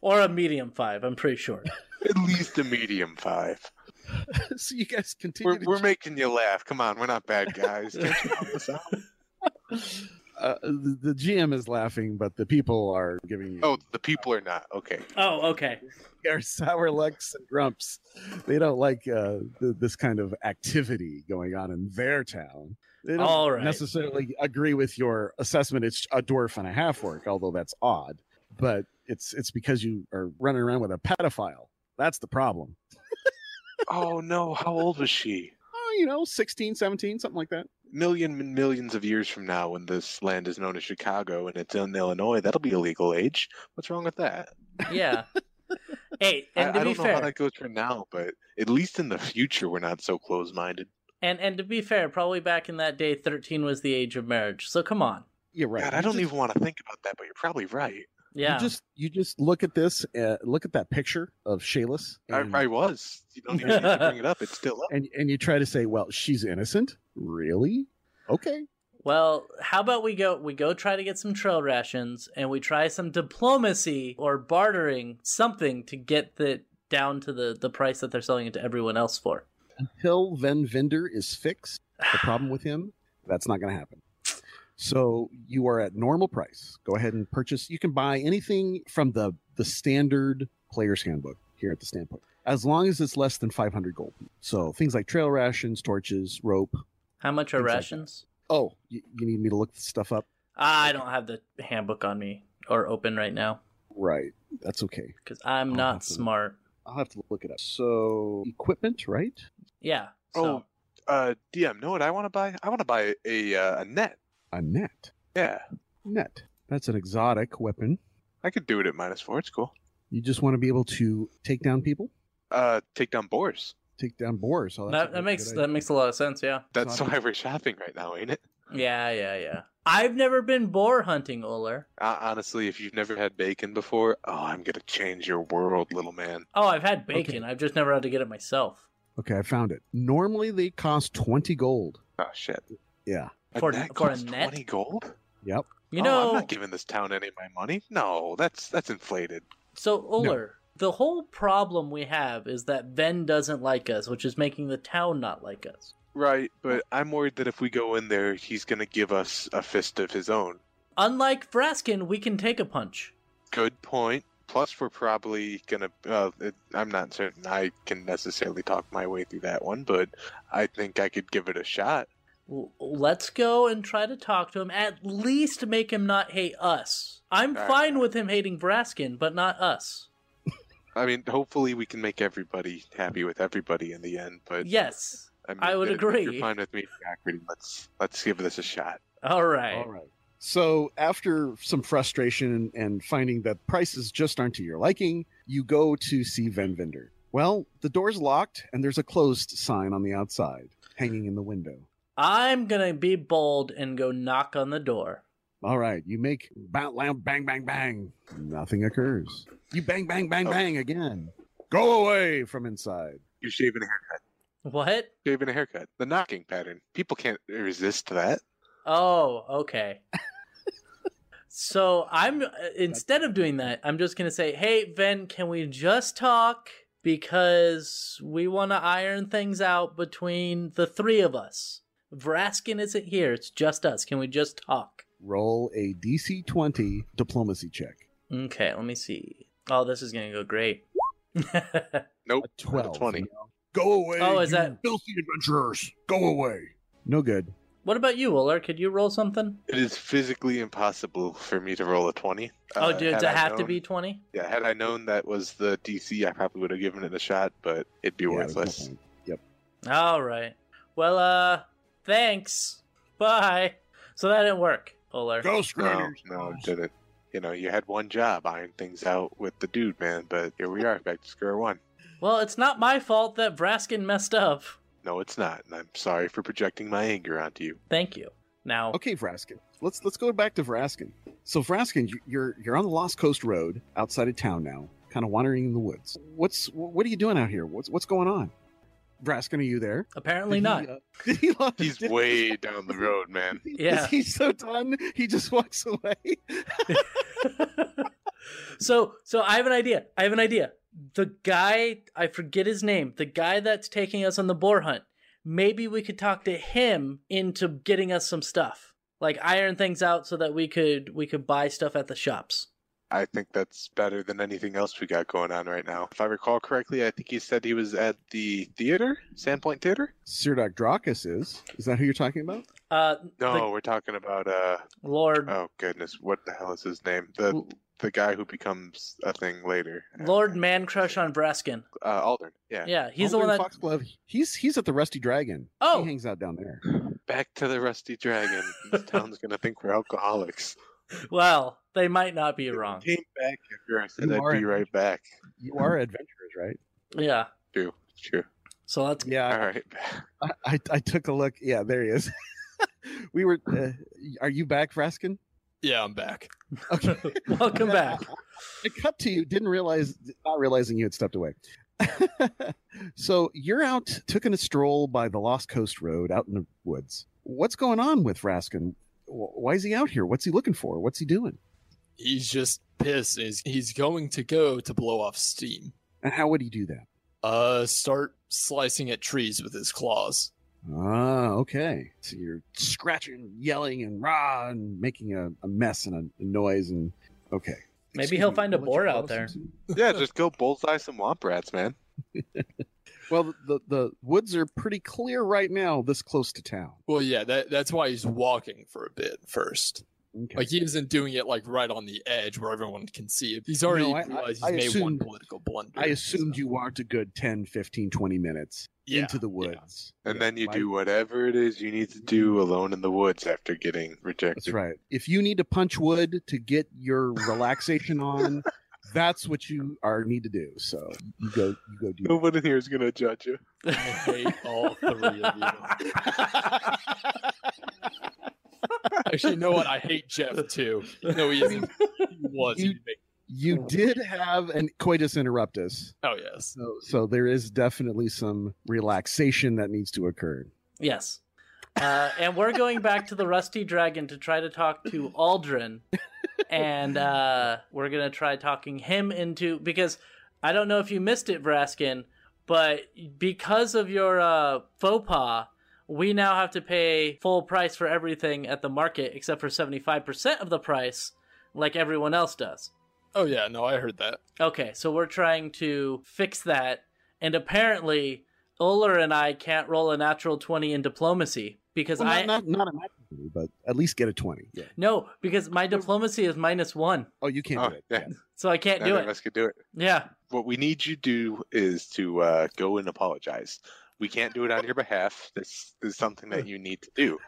D: or a medium five, I'm pretty sure.
B: at least a medium five.
A: [LAUGHS] so you guys continue.
B: We're,
A: to-
B: we're making you laugh. Come on, we're not bad guys.
D: [LAUGHS]
B: Can't you help us out?
A: uh, the, the GM is laughing, but the people are giving you
B: oh, the people are not okay.
D: [LAUGHS] oh, okay.
A: [LAUGHS] are sour lucks and grumps. They don't like uh, th- this kind of activity going on in their town. They don't
D: All right.
A: necessarily agree with your assessment. It's a dwarf and a half orc, although that's odd. But it's it's because you are running around with a pedophile. That's the problem.
B: Oh no, how old was she?
A: Oh, you know, 16, 17, something like that.
B: Million and millions of years from now, when this land is known as Chicago and it's in Illinois, that'll be a legal age. What's wrong with that?
D: Yeah. hey,
B: [LAUGHS] I,
D: and to
B: I
D: be
B: don't know how
D: fair,
B: that goes for now, but at least in the future, we're not so close-minded.
D: and and to be fair, probably back in that day, thirteen was the age of marriage. So come on.
A: You're right.
B: God,
A: You
B: I don't
A: just-
B: even want to think about that, but you're probably right.
D: Yeah.
A: You just you just look at this. Uh, look at that picture of Shayless.
B: I,
D: Mm.
A: and-
B: I was. You don't even need to bring it up. It's still up.
A: and and you try to say, well, she's innocent. Really? Okay.
D: Well, how about we go we go try to get some trail rations and we try some diplomacy or bartering something to get the down to the the price that they're selling it to everyone else for.
A: until Ven Vinder is fixed, the problem with him, that's not going to happen. So you are at normal price. Go ahead and purchase. You can buy anything from the the standard player's handbook here at the standpoint, as long as it's less than 500 gold. So things like trail rations, torches, rope.
D: How much are
A: Things like that.
D: rations?
A: Oh, you, you need me to look this stuff up?
D: I don't have the handbook on me or open right now
A: Right. That's okay.
D: because I'm
A: I'll
D: not
A: have to-
D: smart.
A: I'll have to look it up. So equipment, right?
D: Yeah.
B: Oh,
D: So
B: uh, DM, know what I want to buy? I want to buy a uh, a net.
A: A net.
B: Yeah,
A: Net. That's an exotic weapon.
B: I could do it at minus four. It's cool.
A: You just want to be able to take down people,
B: Uh, take down boars.
A: take down boars. So that's a
D: that,
A: good-
D: that makes
A: good idea.
D: that makes a lot of sense. Yeah.
B: That's
A: Not-
B: why we're shopping right now, ain't it?
D: Yeah. Yeah. Yeah. I've never been boar hunting, Uller.
B: Uh, honestly, if you've never had bacon before, oh, I'm gonna change your world, little man.
D: Oh, I've had bacon. I've just never had to get it myself.
A: Okay, I found it. Normally they cost 20 gold.
B: Oh shit.
A: Yeah.
B: A
D: For-
B: net
D: for a
B: costs
D: net?
B: twenty gold.
A: Yep.
D: You
B: Oh,
D: know,
B: I'm not giving this town any of my money. No, that's that's inflated.
D: So Uller, the whole problem we have is that Ven doesn't like us, which is making the town not like us.
B: Right, but I'm worried that if we go in there, he's gonna give us a fist of his own.
D: Unlike Vraskin, we can take a punch.
B: Good point. Plus, we're probably gonna. Uh, it, I'm not certain I can necessarily talk my way through that one, but I think I could give it a shot.
D: L- Let's go and try to talk to him. At least make him not hate us. I'm
B: All right.
D: fine with him hating Vraskin, but not us.
B: I mean, hopefully, we can make everybody happy with everybody in the end. But
D: Yes.
B: mean,
D: I would
B: if you're
D: agree.
B: fine with me, Doherty, Let's let's give this a shot.
D: All right.
A: All right. So after some frustration and, and finding that prices just aren't to your liking, you go to see Ven Vendor. Well, the door's locked and there's a closed sign on the outside hanging in the window.
D: I'm going to be bold and go knock on the door.
A: All right, you make bout loud bang bang bang. Nothing occurs. You bang bang bang
B: Oh.
A: bang again. Go away from inside.
B: You shaving a haircut?
D: What?
B: Shaving a haircut. The knocking pattern. People can't resist that.
D: Oh, okay. so I'm uh, instead of doing that, I'm just gonna say, hey, Ven, can we just talk? Because we want to iron things out between the three of us. Vraskin isn't here; it's just us. Can we just talk?
A: Roll a DC 20 diplomacy check.
D: Okay, let me see. Oh, this is gonna go great. [LAUGHS]
B: Nope.
A: A
B: not a
A: 12.
B: 20.
E: Go away.
D: Oh, is
E: you
D: that-
E: filthy adventurers? Go away.
A: No good.
D: what about you, Uller? Could you roll something?
B: It is physically impossible for me to roll a 20.
D: oh,
B: Uh,
D: do
B: had
D: does it
B: I
D: have to
B: known-
D: be twenty?
B: Yeah, had I known that was the DC, I probably would have given it a shot, but it'd be
A: Yeah, there's no
B: worthless.
A: point.
D: All right. Well, uh, thanks. Bye. So that didn't work, Oler.
E: Go
B: No,
E: Raiders.
B: no, it didn't. You know, you had one job, iron things out with the dude, man, but here we are, back to square one.
D: Well, it's not my fault that Braskin messed up.
B: No, it's not, and I'm sorry for projecting my anger onto you.
D: Thank you. Now,
A: Okay, Vraskin. Let's let's go back to Vraskin. So Vraskin, you- you're you're on the Lost Coast Road outside of town now, kind of wandering in the woods. What's what are you doing out here? What's what's going on? Vraskin, are you there?
D: apparently
A: Did
D: not.
A: [LAUGHS]
D: [LAUGHS]
A: he, uh, did he lo-
B: He's
A: did-
B: way down the road, man.
D: Yeah.
A: Is he so done? He just [LAUGHS] walks away.
D: so, so I have an idea. I have an idea. The guy, I forget his name, the guy that's taking us on the boar hunt, maybe we could talk to him into getting us some stuff. Like iron things out so that we could we could buy stuff at the shops.
B: I think that's better than anything else we got going on right now. If I recall correctly, I think he said he was at the theater, Sandpoint Theater.
A: Sirdoc Dracus is. Is that who you're talking about?
D: Uh
B: No,
D: The-
B: we're talking about uh
D: Lord
B: oh goodness, what the hell is his name? The
D: L-
B: the guy who becomes a thing later.
D: Lord Man Crush on Braskin.
B: uh, Aldern. Yeah.
D: Yeah, he's the
A: Aldrin
D: one that
A: Foxglove. He's he's at the Rusty Dragon.
D: Oh.
A: he hangs out down there.
B: Back to the Rusty Dragon. this town's gonna think we're alcoholics.
D: Well, they might not
B: [LAUGHS]
D: be wrong.
B: Came back after I said
A: You
B: I'd
A: are-
B: be right back.
A: You are adventurers, right?
D: Yeah.
B: True. True.
D: So let's
A: Yeah,
B: All right.
A: I, I, I took a look. Yeah, there he is. [LAUGHS] we were. Uh, are you back, Raskin?
C: Yeah, I'm back.
A: [LAUGHS] Okay.
D: [LAUGHS] welcome back.
A: [LAUGHS] I cut to you. Didn't realize, not realizing you had stepped away. [LAUGHS] so you're out, taking a stroll by the Lost Coast Road out in the woods. What's going on with Raskin? Wh- Why is he out here? What's he looking for? What's he doing?
C: He's just pissed. He's, he's going to go to blow off steam.
A: And how would he do that?
C: Uh, start slicing at trees with his claws.
A: Ah, okay. So you're scratching, yelling, and rah, and making a, a mess and a, a noise, and okay.
D: Maybe
A: Excuse
D: he'll
A: me,
D: find a
A: what you
D: boar
A: call
D: out there.
A: something?
B: yeah, just go bullseye some womp rats, man.
A: Well, the, the the woods are pretty clear right now, this close to town.
C: Well, yeah, that, that's why he's walking for a bit first.
A: Okay.
C: Like, he isn't doing it, like, right on the edge where everyone can see it. He's already
A: No, I- I-
C: realized
A: I
C: he's made one
A: assumed-
C: political blunder.
A: I assumed
C: so-
A: you walked a good 10, 15, 20 minutes
C: Yeah,
A: into the
C: yeah.
A: woods.
B: And
A: Yeah,
B: then you
A: why-
B: do whatever it is you need to do alone in the woods after getting rejected.
A: That's right. If you need to punch wood to get your relaxation on, that's what you are need to do. So you go you go do
B: No one in here is gonna judge you.
C: I hate all three of
A: [LAUGHS]
C: you. Actually, you know what? I hate Jeff too. No, he isn't.
A: [LAUGHS]
C: He was.
A: You-
C: he'd make-
A: You did have an coitus interruptus.
C: Oh yes.
A: So so there is definitely some relaxation that needs to occur.
D: [LAUGHS] Yes. Uh, and we're going back to the Rusty Dragon to try to talk to Aldrin. And uh, we're going to try talking him into. Because I don't know if you missed it, Braskin, but because of your uh, faux pas, we now have to pay full price for everything at the market except for 75% of the price, like everyone else does.
C: Oh yeah. No, I heard that.
D: Okay, so we're trying to fix that, and apparently Uller and I can't roll a natural twenty in diplomacy because
A: Well,
D: I
A: not, not not a maximum, but at least get a twenty. Yeah.
D: no because my diplomacy is minus one,
A: Oh, you can't
B: Oh,
A: do it.
B: yeah.
D: so I can't
B: None
D: do
B: of
D: it.
B: us could do it.
D: Yeah,
B: What we need you to do is to uh, go and apologize. We can't do it on your behalf. This is something that you need to do.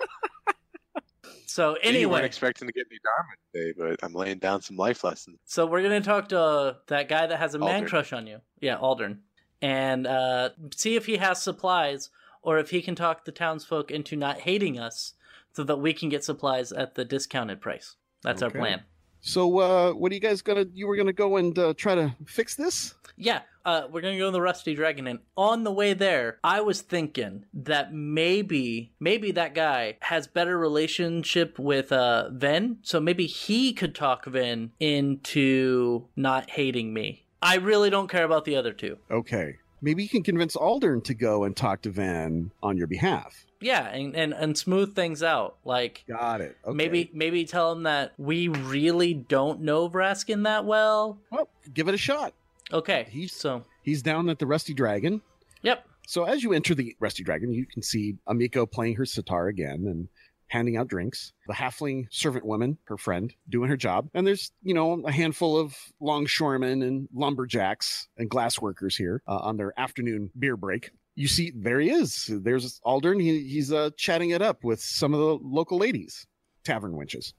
D: so
B: you weren't
D: anyway,
B: expecting to get any Dharma today, but I'm laying down some life lessons.
D: so we're gonna talk to that guy that has a man
B: Aldrin.
D: crush on you. Yeah, Aldern, and uh, see if he has supplies or if he can talk the townsfolk into not hating us, so that we can get supplies at the discounted price. That's our
A: Okay.
D: plan.
A: So, uh, what are you guys gonna? You were gonna go and uh, try to fix this?
D: Yeah, uh, we're gonna go in the Rusty Dragon, and on the way there, I was thinking that maybe, maybe that guy has better relationship with uh, Ven, so maybe he could talk Ven into not hating me. I really don't care about the other two.
A: Okay. Maybe you can convince Aldern to go and talk to Van on your behalf.
D: Yeah, and and, and smooth things out. Like
A: Got it. Okay.
D: maybe maybe tell him that we really don't know Vraskin that well.
A: Well, give it a shot.
D: Okay,
A: He's-
D: so
A: He's down at the Rusty Dragon.
D: yep.
A: So as you enter the Rusty Dragon, you can see Amiko playing her sitar again and handing out drinks. The halfling servant woman, her friend, doing her job. And there's, you know, a handful of longshoremen and lumberjacks and glass workers here uh, on their afternoon beer break. You see, there he is. There's Aldern. He, he's uh, chatting it up with some of the local ladies, tavern wenches.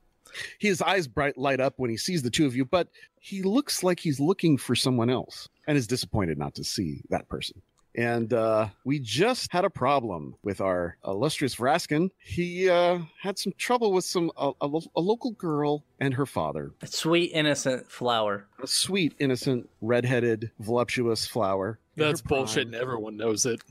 A: His eyes bright light up when he sees the two of you, but he looks like he's looking for someone else and is disappointed not to see that person. And uh, we just had a problem with our illustrious Vraskin. He uh, had some trouble with some a, a lo- a local girl and her father.
D: Sweet innocent flower.
A: A sweet, innocent, redheaded, voluptuous flower. in her
C: That's
A: prime.
C: bullshit, and everyone knows it.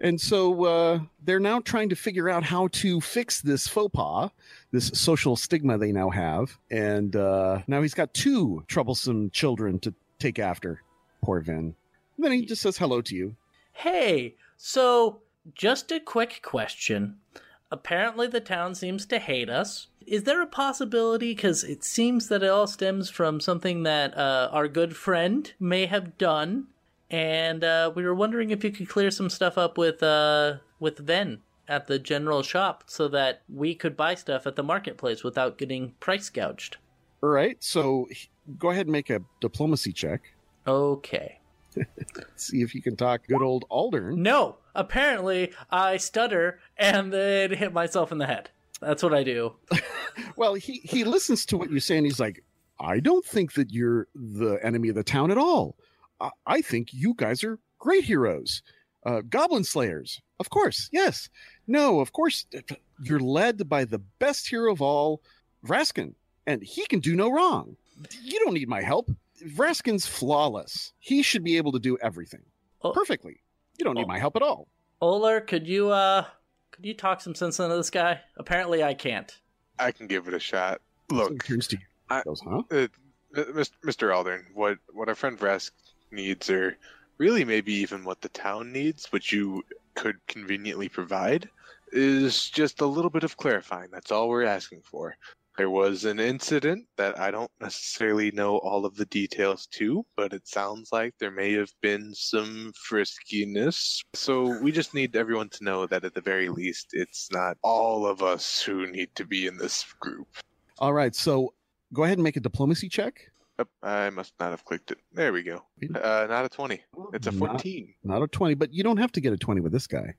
A: And so uh, they're now trying to figure out how to fix this faux pas, this social stigma they now have. And uh, now he's got two troublesome children to take after. Poor Vin. And then he just says hello to you.
D: Hey, so just a quick question. Apparently, the town seems to hate us. Is there a possibility? Because it seems that it all stems from something that uh, our good friend may have done, and uh, we were wondering if you could clear some stuff up with uh, with Ven at the general shop, so that we could buy stuff at the marketplace without getting price gouged.
A: All right. So he- go ahead and make a diplomacy check.
D: Okay.
A: see if you can talk good old Aldern.
D: No, apparently I stutter and then hit myself in the head. That's what I do.
A: Well, he he listens to what you say and he's like, I don't think that you're the enemy of the town at all. I, I think you guys are great heroes, uh, goblin slayers. Of course, yes, no, of course, you're led by the best hero of all, Vraskin, and he can do no wrong. You don't need my help. Vraskin's flawless. He should be able to do everything
D: Oh.
A: perfectly. You don't need
D: Oh.
A: my help at all.
D: Oler, could you uh could you talk some sense into this guy? Apparently I can't.
B: I can give it a shot. Look,
A: So he turns to you.
B: I-
A: Goes, huh?
B: uh, Mis- Mr. Aldern, what what our friend Vrask needs, or really maybe even what the town needs, which you could conveniently provide, is just a little bit of clarifying. That's all we're asking for. There was an incident that I don't necessarily know all of the details to, but it sounds like there may have been some friskiness. So we just need everyone to know that at the very least, it's not all of us who need to be in this group.
A: All right, so go ahead and make a diplomacy check.
B: Yep, I must not have clicked it. There we go. Uh, not a 20. It's a
A: Not-
B: 14.
A: Not, a 20, but you don't have to get a 20 with this guy.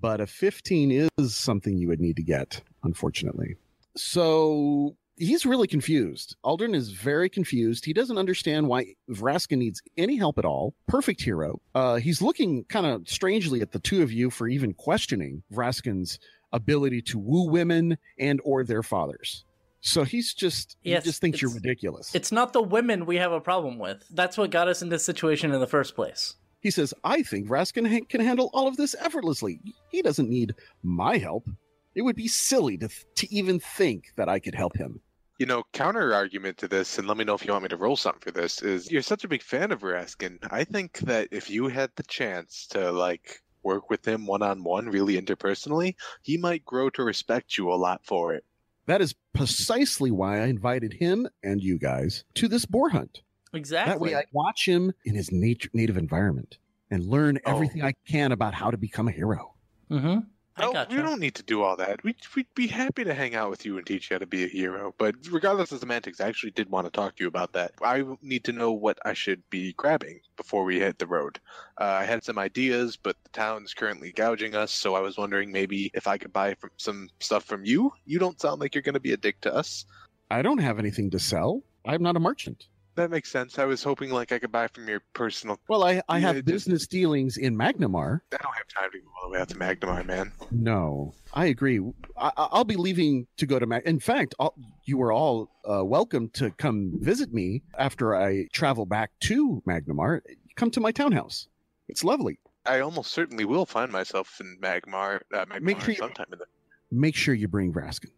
A: But a 15 is something you would need to get, unfortunately. So he's really confused. Aldrin is very confused. He doesn't understand why Vraska needs any help at all. Perfect hero. Uh, he's looking kind of strangely at the two of you for even questioning Vraskin's ability to woo women and or their fathers. So he's just
D: Yes,
A: he just thinks you're
D: it's-
A: ridiculous.
D: It's not the women we have a problem with. That's what got us in this situation in the first place.
A: He says, I think Raskin ha- can handle all of this effortlessly. He doesn't need my help. It would be silly to, th- to even think that I could help him.
B: You know, counter argument to this, and let me know if you want me to roll something for this, is you're such a big fan of Raskin. I think that if you had the chance to, like, work with him one on one, really interpersonally, he might grow to respect you a lot for it.
A: That is precisely why I invited him and you guys to this boar hunt.
D: Exactly.
A: That way I watch him in his nat- native environment and learn
B: Oh.
A: everything I can about how to become a hero.
D: mm-hmm. I
B: No,
D: gotcha.
B: we don't need to do all that. We'd, we'd be happy to hang out with you and teach you how to be a hero. But regardless of semantics, I actually did want to talk to you about that. I need to know what I should be grabbing before we hit the road. Uh, I had some ideas, but the town's currently gouging us, so I was wondering maybe if I could buy from some stuff from you. You don't sound like you're going to be a dick to us.
A: I don't have anything to sell. I'm not a merchant.
B: That makes sense. I was hoping like I could buy from your personal.
A: Well, I, I
B: Yeah,
A: have
B: just-
A: business dealings in Magnamar.
B: I don't have time to go all the way out to Magnemar, man.
A: No, I agree. I, I- I'll be leaving to go to Mag. In fact, i you are all uh, welcome to come visit me after I travel back to Magnamar. Come to my townhouse. It's lovely.
B: I almost certainly will find myself in Magmar. Uh, Magmar
A: Make sure you-
B: sometime in the.
A: Make sure you bring Vraskin,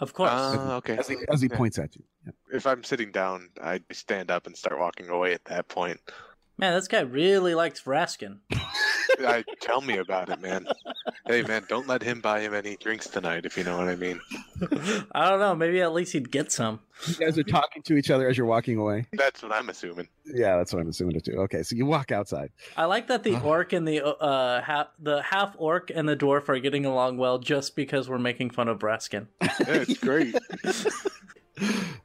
D: Of course.
B: Ah, okay.
A: as he, as he
B: Yeah.
A: points at you. Yeah.
B: If I'm sitting down, I stand up and start walking away. At that
D: [LAUGHS]
B: point,
D: Man, this guy really
B: [LAUGHS]
D: likes Raskin.
B: I tell me about it, man. Hey, man, don't let him buy him any drinks tonight, if you know what I mean.
D: I don't know. Maybe at least he'd get some.
A: You guys are talking to each other as you're walking away.
B: That's what I'm
D: [LAUGHS]
B: assuming.
A: Yeah, that's what I'm assuming it too. Okay, so you walk outside. [GASPS]
D: I like that the orc and the uh half, the half orc and the dwarf are getting along well just because we're making fun of [LAUGHS] Braskin.
B: Yeah, it's great.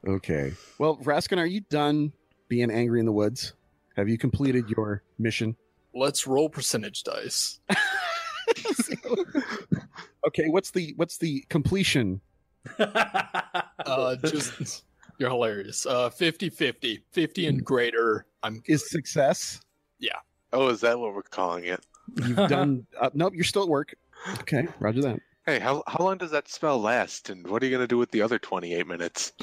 A: okay. Well, Vraskin, are you done being angry in the woods? Have you completed your mission?
C: Let's roll percentage dice.
A: okay, what's the what's the completion?
C: Uh, [LAUGHS] just you're hilarious. Uh, 50 50. 50 and greater. I'm
A: Is success?
B: oh, is that what we're calling it?
D: [LAUGHS]
A: You've done. Uh, nope, you're still at work. Okay, Roger that.
B: Hey, how how long does that spell last, and what are you gonna do with the other 28 minutes?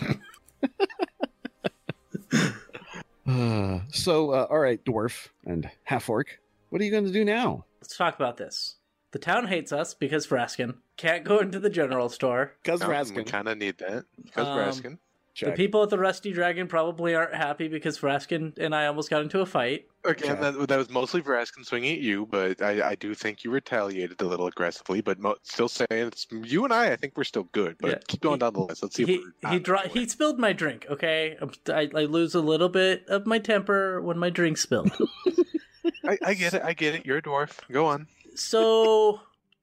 A: Uh, so, uh, all right, dwarf and half orc. What are you going to do now?
D: Let's talk about this. The town hates us because Raskin can't go into the general store.
A: Because
B: we kind of need that. Because
D: Um,
B: Raskin.
D: The people at the Rusty Dragon probably aren't happy because Raskin and I almost got into a fight.
B: Again,
A: Okay.
B: that, that was mostly Raskin swinging at you, but I, I do think you retaliated a little aggressively. But mo- still saying it's you and I. I think we're still good, but
D: Yeah,
B: keep going
D: he-
B: down the list. Let's see. if
D: He
B: we're not
D: he dro-
B: that way.
D: he spilled my drink. Okay, I'm- I, I lose a little bit of my temper when my drink [LAUGHS] spilled.
B: I, I get it. I get it. You're a dwarf. Go on.
D: so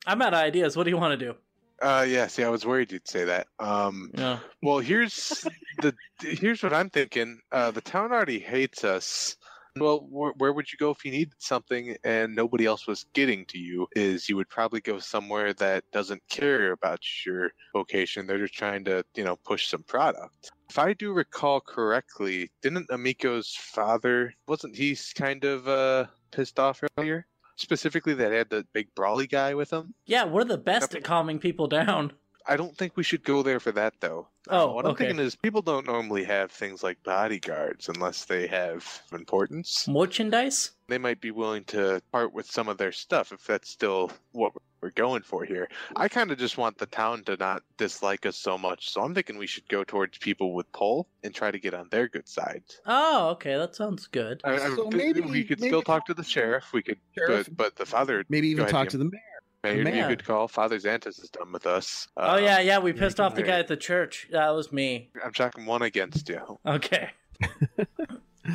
D: I'm out of ideas. What do you want to do?
B: Uh, yeah. See, I was worried you'd say that. Um,
D: Yeah.
B: well, here's the here's what I'm thinking. Uh, the town already hates us. Well, where, where would you go if you needed something and nobody else was getting to you? Is you would probably go somewhere that doesn't care about your vocation. They're just trying to, you know, push some product. If I do recall correctly, didn't Amiko's father wasn't he kind of uh, pissed off earlier? Specifically, that he had the big brawly guy with him.
D: Yeah, we're the best at calming people down.
B: I don't think we should go there for that though.
D: Oh,
B: what I'm
D: okay.
B: thinking is people don't normally have things like bodyguards unless they have importance.
D: Merchandise?
B: They might be willing to part with some of their stuff if that's still what we're going for here. I kind of just want the town to not dislike us so much, so I'm thinking we should go towards people with pull and try to get on their good side.
D: Oh, okay, that sounds good.
B: I, I
A: So
B: think
A: maybe-
B: we could
A: maybe-
B: still talk to the sheriff. We could,
A: Sheriff.
B: but, but the father
A: Maybe
B: Go
A: even
B: ahead,
A: talk
B: Ian.
A: to the mayor.
B: may would be
D: mayor.
B: a good call. Father Xantas is done with us.
D: oh yeah, yeah, we
A: yeah,
D: pissed
A: you
D: off the
B: can-
D: guy at the church. That was me.
B: Uh, I'm tracking one against you.
A: [LAUGHS]
D: Okay.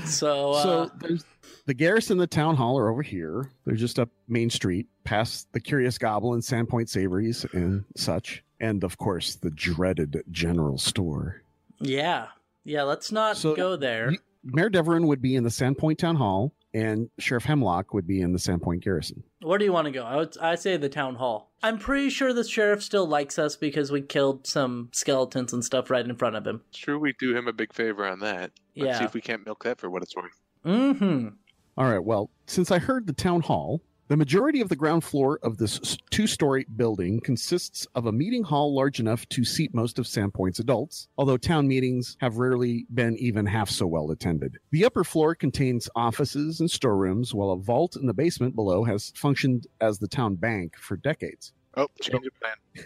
D: so, uh,
A: so there's the garrison, the town hall are over here. They're just up Main Street, past the Curious Goblin, Sandpoint Savories, and such, and of course the dreaded general store.
D: yeah, yeah, let's not
A: So
D: go there.
A: you- Mayor Deverin would be in the Sandpoint Town Hall, and Sheriff Hemlock would be in the Sandpoint Garrison.
D: Where do you want to go? I would, I say the town hall. I'm pretty sure the sheriff still likes us because we killed some skeletons and stuff right in front of him.
B: It's true we do him a big favor on that. Let's see
D: Yeah.
B: if we can't milk that for what it's worth.
D: Mm-hmm.
A: All right. Well, since I heard the town hall, the majority of the ground floor of this s- two-story building consists of a meeting hall large enough to seat most of Sandpoint's adults, although town meetings have rarely been even half so well attended. The upper floor contains offices and storerooms, while a vault in the basement below has functioned as the town bank for decades.
B: Oh, change of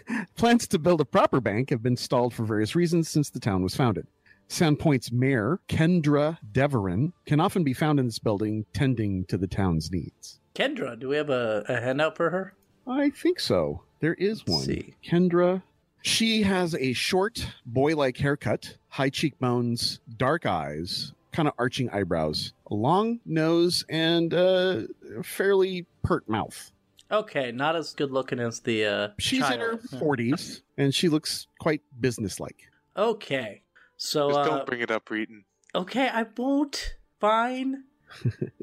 B: plan.
A: Plans to build a proper bank have been stalled for various reasons since the town was founded. Sandpoint's mayor, Kendra Deverin, can often be found in this building tending to the town's needs.
D: Kendra, do we have a, a handout for her?
A: I think so. There is one.
D: Let's see.
A: Kendra. She has a short, boy like haircut, high cheekbones, dark eyes, kind of arching eyebrows, a long nose, and a fairly pert mouth.
D: Okay, not as good looking as the uh,
A: She's in her
D: child. Yeah.
A: 40s, and she looks quite businesslike. [LAUGHS]
D: Okay, so
B: Just
D: uh,
B: don't bring it up, Reeton.
D: okay, I won't.
A: [LAUGHS]
D: Fine.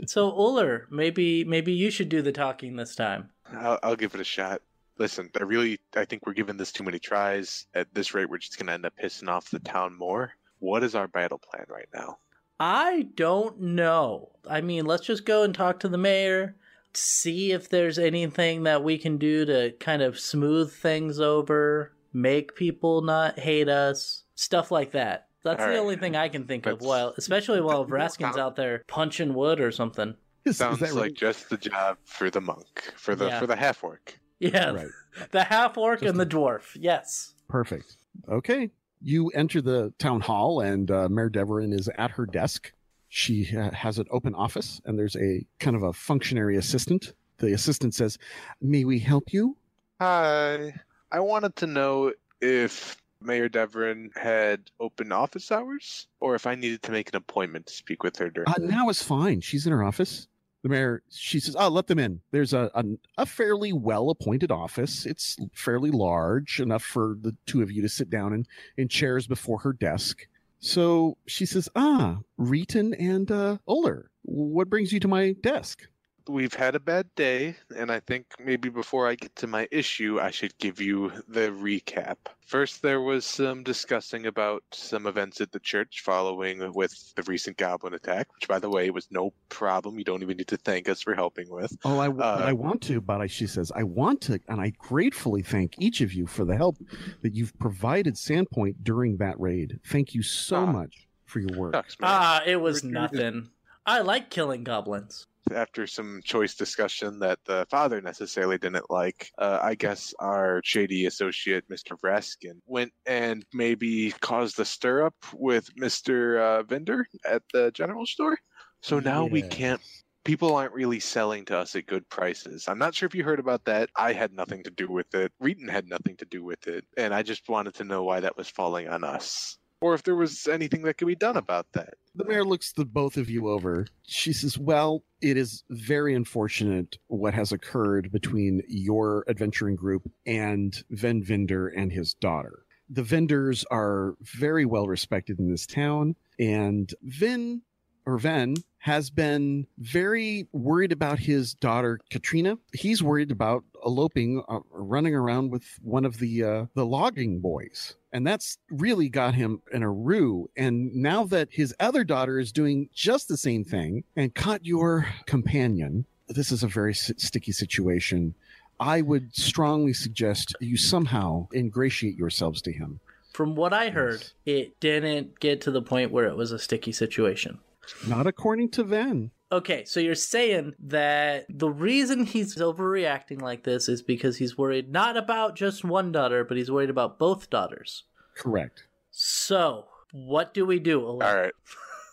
D: so Uller, maybe maybe you should do the talking this time.
B: I'll, I'll give it a shot. Listen, I really, I think we're giving this too many tries. At this rate, we're just going to end up pissing off the town more. What is our battle plan right now?
D: I don't know. I mean, let's just go and talk to the mayor, see if there's anything that we can do to kind of smooth things over, make people not hate us, stuff like that. That's
B: All
D: the
B: right.
D: only thing I can think of.
B: That's-
D: While, especially while
B: Well,
D: Vraskin's
B: how-
D: out there punching wood or something. [LAUGHS]
A: Is- is
B: Sounds
A: that
B: like
A: right?
B: just the job for the monk, for the
D: Yeah.
B: for the half orc.
D: Yeah,
A: right.
D: the half orc
A: Just-
D: and the dwarf. Yes.
A: Perfect. Okay. You enter the town hall, and uh, Mayor Deverin is at her desk. She uh, has an open office, and there's a kind of a functionary assistant. The assistant says, May we help you?
B: Hi, I wanted to know if Mayor Devrin had open office hours, or if I needed to make an appointment to speak with her during.
A: Uh, now is fine. She's in her office. The mayor, she says, Oh, let them in. There's a, a, a fairly well appointed office. It's fairly large, enough for the two of you to sit down in, in chairs before her desk. So she says, Ah, Reeton and uh, Oler, what brings you to my desk?
B: We've had a bad day, and I think maybe before I get to my issue, I should give you the recap. First, there was some discussing about some events at the church following with the recent goblin attack, which, by the way, was no problem. You don't even need to thank us for helping with.
A: Oh, I, w-
B: Uh,
A: I want to, but I, she says, I want to, and I gratefully thank each of you for the help that you've provided Sandpoint during that raid. Thank you so
B: Ah.
A: much for your work.
B: Sucks, man.
D: Ah, it was
B: Richard is-
D: nothing. I like killing goblins.
B: after some choice discussion that the father necessarily didn't like, uh, I guess our shady associate, Mr. Vraskin, went and maybe caused a stir up with Mr. Uh, Vendor at the general store. So now we
A: Yes.
B: can't. People aren't really selling to us at good prices. I'm not sure if you heard about that. I had nothing to do with it. Reeton had nothing to do with it. And I just wanted to know why that was falling on us. Or if there was anything that could be done about that.
A: The mayor looks the both of you over. She says, Well, it is very unfortunate what has occurred between your adventuring group and Ven Vendor and his daughter. The vendors are very well respected in this town, and Vin or Ven has been very worried about his daughter Katrina. He's worried about eloping, uh, running around with one of the uh, the logging boys, and that's really got him in a rue. And now that his other daughter is doing just the same thing and caught your companion, this is a very s- sticky situation. I would strongly suggest you somehow ingratiate yourselves to him.
D: From what I heard,
A: Yes.
D: it didn't get to the point where it was a sticky situation.
A: Not according to Ven.
D: Okay, so you're saying that the reason he's overreacting like this is because he's worried not about just one daughter, but he's worried about both daughters.
A: Correct.
D: So, what do we do? All
B: All right.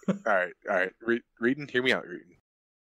B: all right. All right. Re- Reading, hear me out, Reading.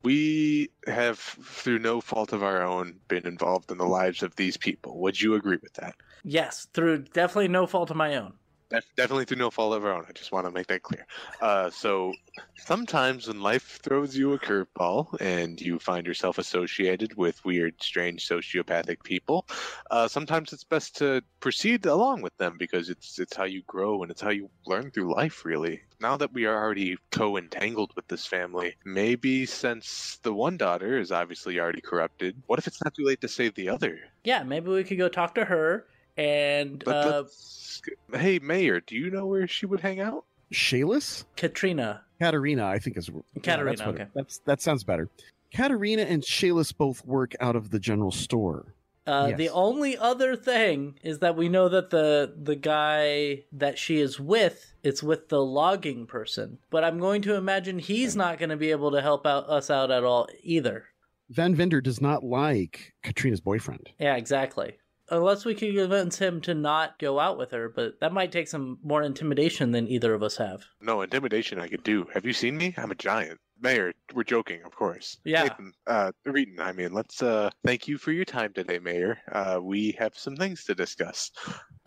B: We have, through no fault of our own, been involved in the lives of these people. Would you agree with that?
D: Yes, through definitely no fault of my own.
B: Def- definitely through no fault of our own. I just want to make that clear. Uh, so sometimes when life throws you a curveball and you find yourself associated with weird, strange, sociopathic people, uh, sometimes it's best to proceed along with them because it's it's how you grow and it's how you learn through life. Really. Now that we are already co-entangled with this family, maybe since the one daughter is obviously already corrupted, what if it's not too late to save the other?
D: Yeah, maybe we could go talk to her and
B: Let-
D: uh,
B: let's- hey, Mayor, do you know where she would hang out?
A: Shayless?
D: Katrina.
A: Katarina, I think is
D: Katarina,
A: that's what it-
D: okay.
A: that's that sounds better. Katarina and Shaylis both work out of the general store.
D: Uh,
A: Yes.
D: The only other thing is that we know that the the guy that she is with, it's with the logging person. But I'm going to imagine he's not going to be able to help out us out at all either.
A: Van Vender does not like Katrina's boyfriend.
D: Yeah, exactly. Unless we can convince him to not go out with her, but that might take some more intimidation than either of us have. [LAUGHS]
B: No, intimidation I could do. Have you seen me? I'm a giant. Mayor, we're joking, of course.
D: Yeah.
B: Nathan, uh, Reeton, I mean, let's uh, thank you for your time today, Mayor. Uh, we have some things to discuss.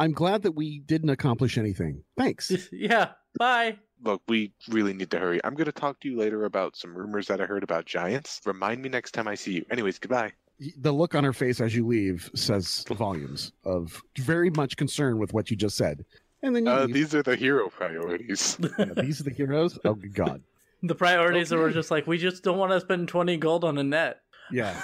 A: I'm glad that we didn't accomplish anything.
D: [LAUGHS]
A: Thanks.
D: yeah. Bye.
B: Look, we really need to hurry. I'm going to talk to you later about some rumors that I heard about giants. Remind me next time I see you. Anyways, goodbye.
A: the look on her face as you leave says volumes of very much concern with what you just said. And then you
B: Uh,
A: leave.
B: these are the hero priorities.
A: [LAUGHS] Yeah, these are the heroes. Oh
B: [LAUGHS]
A: good God.
D: The priorities are
A: Okay.
D: were just like we just don't want to spend twenty gold on a net. [LAUGHS]
A: Yeah.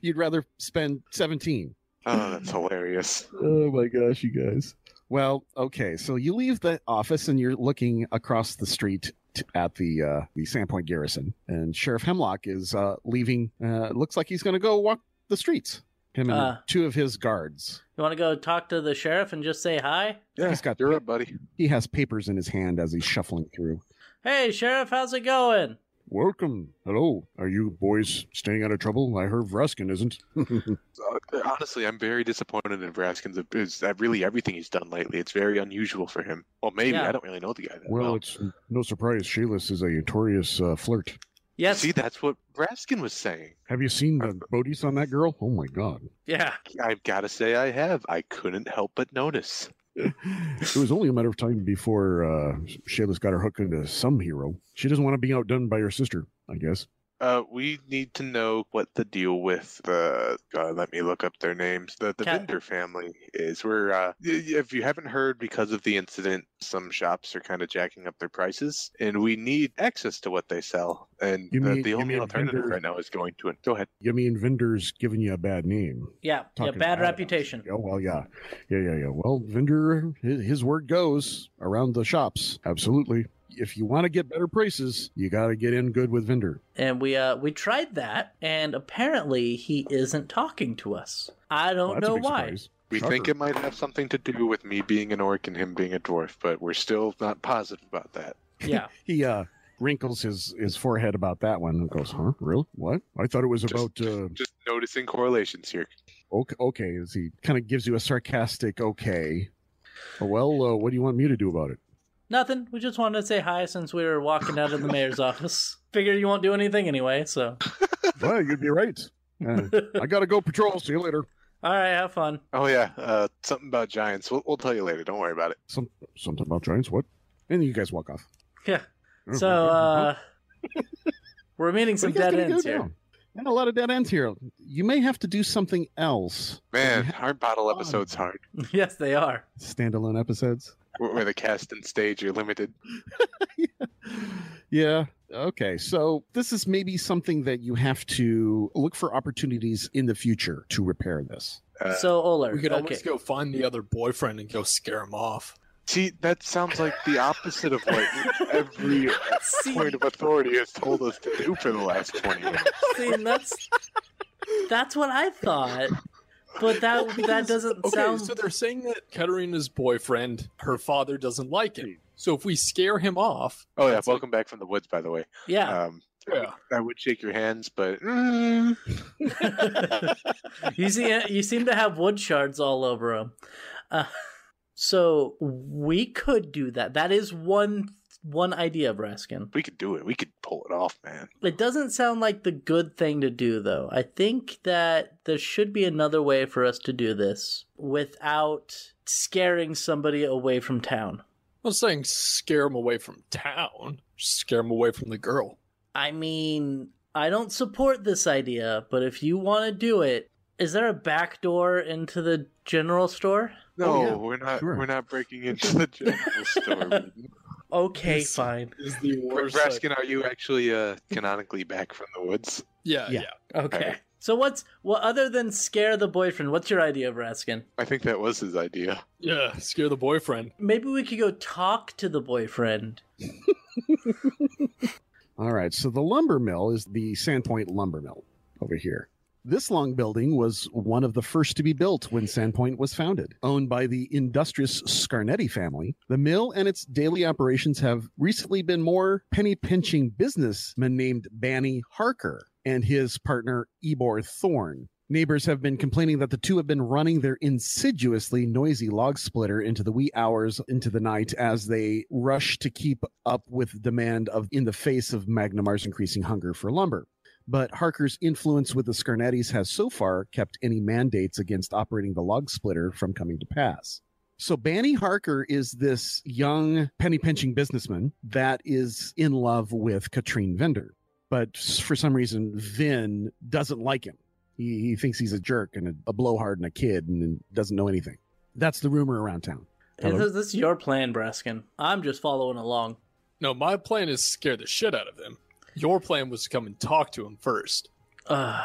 A: You'd rather spend 17.
B: Oh, that's hilarious.
A: Oh my gosh, you guys. Well, okay. So you leave the office and you're looking across the street t- at the uh, the Sandpoint Garrison, and Sheriff Hemlock is uh, leaving. Uh, looks like he's going to go walk the streets. Him and
D: Uh.
A: two of his guards.
D: You want to go talk to the sheriff and just say hi?
B: Yeah,
A: He's got-
B: you're up, buddy.
A: He has papers in his hand as he's shuffling through.
D: Hey, sheriff, how's it going?
E: Welcome. Hello. Are you boys staying out of trouble? I heard Ruskin
A: [LAUGHS]
E: isn't.
B: Uh, Honestly, I'm very disappointed in Vraskins. It's uh, really everything he's done lately. It's very unusual for him. Well, maybe
D: Yeah.
B: I don't really know the guy that well.
E: Well, it's no surprise. Shaylis is a notorious uh, flirt.
D: Yes.
B: See, that's what Braskin was saying.
E: Have you seen the bodies on that girl? Oh my god.
D: Yeah.
B: I've got to say, I have. I couldn't help but notice.
E: It was only a matter of time before uh, Shaylis got her hook into some hero. She doesn't want to be outdone by her sister, I guess.
B: Uh, we need to know what the deal with the. Uh, let me look up their names. The the
D: Cat-
B: vendor family is. We're uh, y- if you haven't heard because of the incident, some shops are kind of jacking up their prices, and we need access to what they sell. And
E: You
B: the,
E: mean-
B: the
E: you
B: only
E: mean
B: alternative
E: vendor-
B: right now is going to it. Go ahead.
E: You mean vendors giving you a bad name?
D: Yeah. Yeah.
E: Talking
D: Bad
E: about us.
D: reputation.
E: Oh well, yeah, yeah, yeah, yeah. Well, vendor, his, his word goes around the shops. Absolutely. If you want to get better prices, you got to get in good with vendor.
D: And we uh we tried that, and apparently he isn't talking to us. I don't
E: Well, that's a
D: know
E: big
D: why.
E: surprise.
B: We think
E: Shocker.
B: it might have something to do with me being an orc and him being a dwarf, but we're still not positive about that.
D: Yeah.
A: He uh, wrinkles his his forehead about that one and goes, "Huh? Really?
E: What? I thought it was
B: Just-
E: about. Uh,
B: Just noticing correlations here.
A: Okay." okay as he kind of gives you a sarcastic okay.
E: oh, well, uh, what do you want me to do about it?
D: Nothing. We just wanted to say hi since we were walking out of the mayor's office. [LAUGHS] Figure you won't do anything anyway, so.
E: well, you'd be right. Uh, I gotta go patrol. See you later.
D: All right, have fun.
B: Oh yeah, uh, something about giants. We'll, we'll tell you later. Don't worry about it.
E: Something about giants. What?
A: And you guys walk off.
D: Yeah.
A: [LAUGHS]
D: So, uh, we're meeting some
A: What are
D: dead
A: you guys gonna
D: ends
A: go
D: here.
A: down? And a lot of dead ends here. You may have to do something else.
B: Man, our
A: Oh.
B: bottle episode's hard.
D: [LAUGHS] yes, they are.
A: [LAUGHS] Standalone episodes.
B: Where where the cast and stage are limited.
A: yeah. Okay. So this is maybe something that you have to look for opportunities in the future to repair this.
B: Uh,
D: so, Oler.
C: We could
D: okay.
C: always go find the other boyfriend and go scare him off.
B: See, that sounds like the opposite of what
A: [LAUGHS]
B: every
D: [LAUGHS] See,
B: point of authority has told us to do for the last 20 minutes.
D: see, that's that's what I thought, but
C: Well,
D: that that
C: because-
D: doesn't
C: [LAUGHS] okay,
D: sound.
C: So they're saying that Katerina's boyfriend, her father, doesn't like him. So if we scare him off,
B: Oh, yeah,
C: That's like-
B: welcome back from the woods, by the way.
D: yeah,
B: Um,
C: yeah,
B: I would shake your hands, but mm,
D: [LAUGHS] you see, you seem to have wood shards all over them. Uh, so we could do that. That is one one idea, Braskin.
B: we could do it. We could pull it off, man.
D: It doesn't sound like the good thing to do, though. I think that there should be another way for us to do this without scaring somebody away from town.
C: I'm not saying scare him away from town, just scare him away from the girl.
D: I mean, I don't support this idea, but if you want to do it, is there a back door into the general store?
B: No,
A: Oh, yeah,
B: we're not.
A: sure.
B: We're not breaking into the general
A: [LAUGHS]
B: store.
D: Okay,
C: Yes.
D: fine.
C: Is the worst. like-
B: Raskin, are you actually uh, canonically back from the woods?
C: yeah,
A: Yeah.
C: yeah,
D: Okay. So what's well other than scare the boyfriend? What's your idea, Raskin?
B: I think that was his idea.
C: yeah. Scare the boyfriend.
D: Maybe we could go talk to the boyfriend.
A: All right. So the lumber mill is the Sandpoint Lumber Mill over here. This long building was one of the first to be built when Sandpoint was founded. Owned by the industrious Scarnetti family, the mill and its daily operations have recently been more penny pinching businessmen named Banny Harker and his partner Ebor Thorne. Neighbors have been complaining that the two have been running their insidiously noisy log splitter into the wee hours into the night as they rush to keep up with demand of in the face of Magnemar's increasing hunger for lumber. But Harker's influence with the Scarnettis has so far kept any mandates against operating the log splitter from coming to pass. So Banny Harker is this young penny pinching businessman that is in love with Katrine Vender. But for some reason, Vin doesn't like him. He, he thinks he's a jerk and a, a blowhard and a kid and, and doesn't know anything. That's the rumor around town. Hello?
D: This, this is your plan, Braskin. I'm just following along.
C: No, my plan is scare the shit out of him. Your plan was to come and talk to him first.
D: Uh,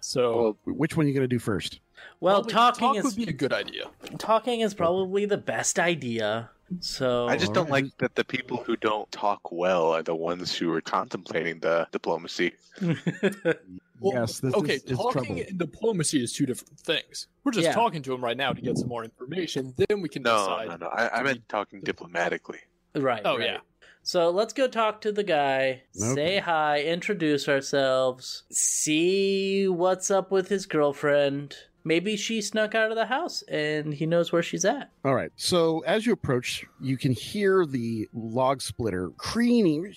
C: So
B: Well,
A: Oh, Which one are you going to do first?
D: Well,
C: Probably-
D: talking
C: talk
D: is
C: would be a good idea.
D: talking is probably the best idea. So
B: I just
A: all
B: don't like that the people who don't talk well are the ones who are contemplating the diplomacy.
C: Well,
A: yes, this
C: okay,
A: is, is
C: talking
A: trouble.
C: and diplomacy is two different things. We're just
D: Yeah.
C: talking to him right now to get some more information. Then we can
B: No,
C: decide.
B: no, no. I, I meant talking diplomatically.
D: right.
C: Oh
D: right.
C: yeah,
D: So let's go talk to the guy, say hi, introduce ourselves, see what's up with his girlfriend. Maybe she snuck out of the house and he knows where she's at.
A: All right. So as you approach, you can hear the log splitter creening,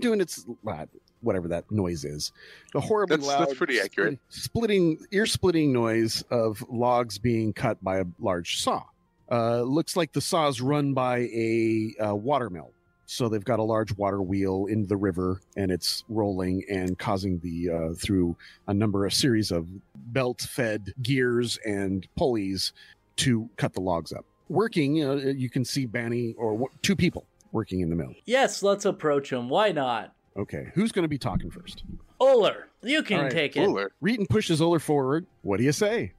A: doing its uh, whatever that noise is. The horribly
B: That's-
A: loud,
B: that's pretty accurate.
A: Splitting, ear splitting noise of logs being cut by a large saw. Uh, looks like the saw is run by a uh, watermill. So they've got a large water wheel in the river, and it's rolling and causing the uh, through a number of series of belt-fed gears and pulleys to cut the logs up. Working, uh, you can see Banny or w- two people working in the mill.
D: Yes, let's approach him. Why not?
A: Okay, who's going to be talking first?
D: Oler, you can
A: All right,
D: take it.
B: Cooler.
A: Reeton pushes Oler forward. What do you say?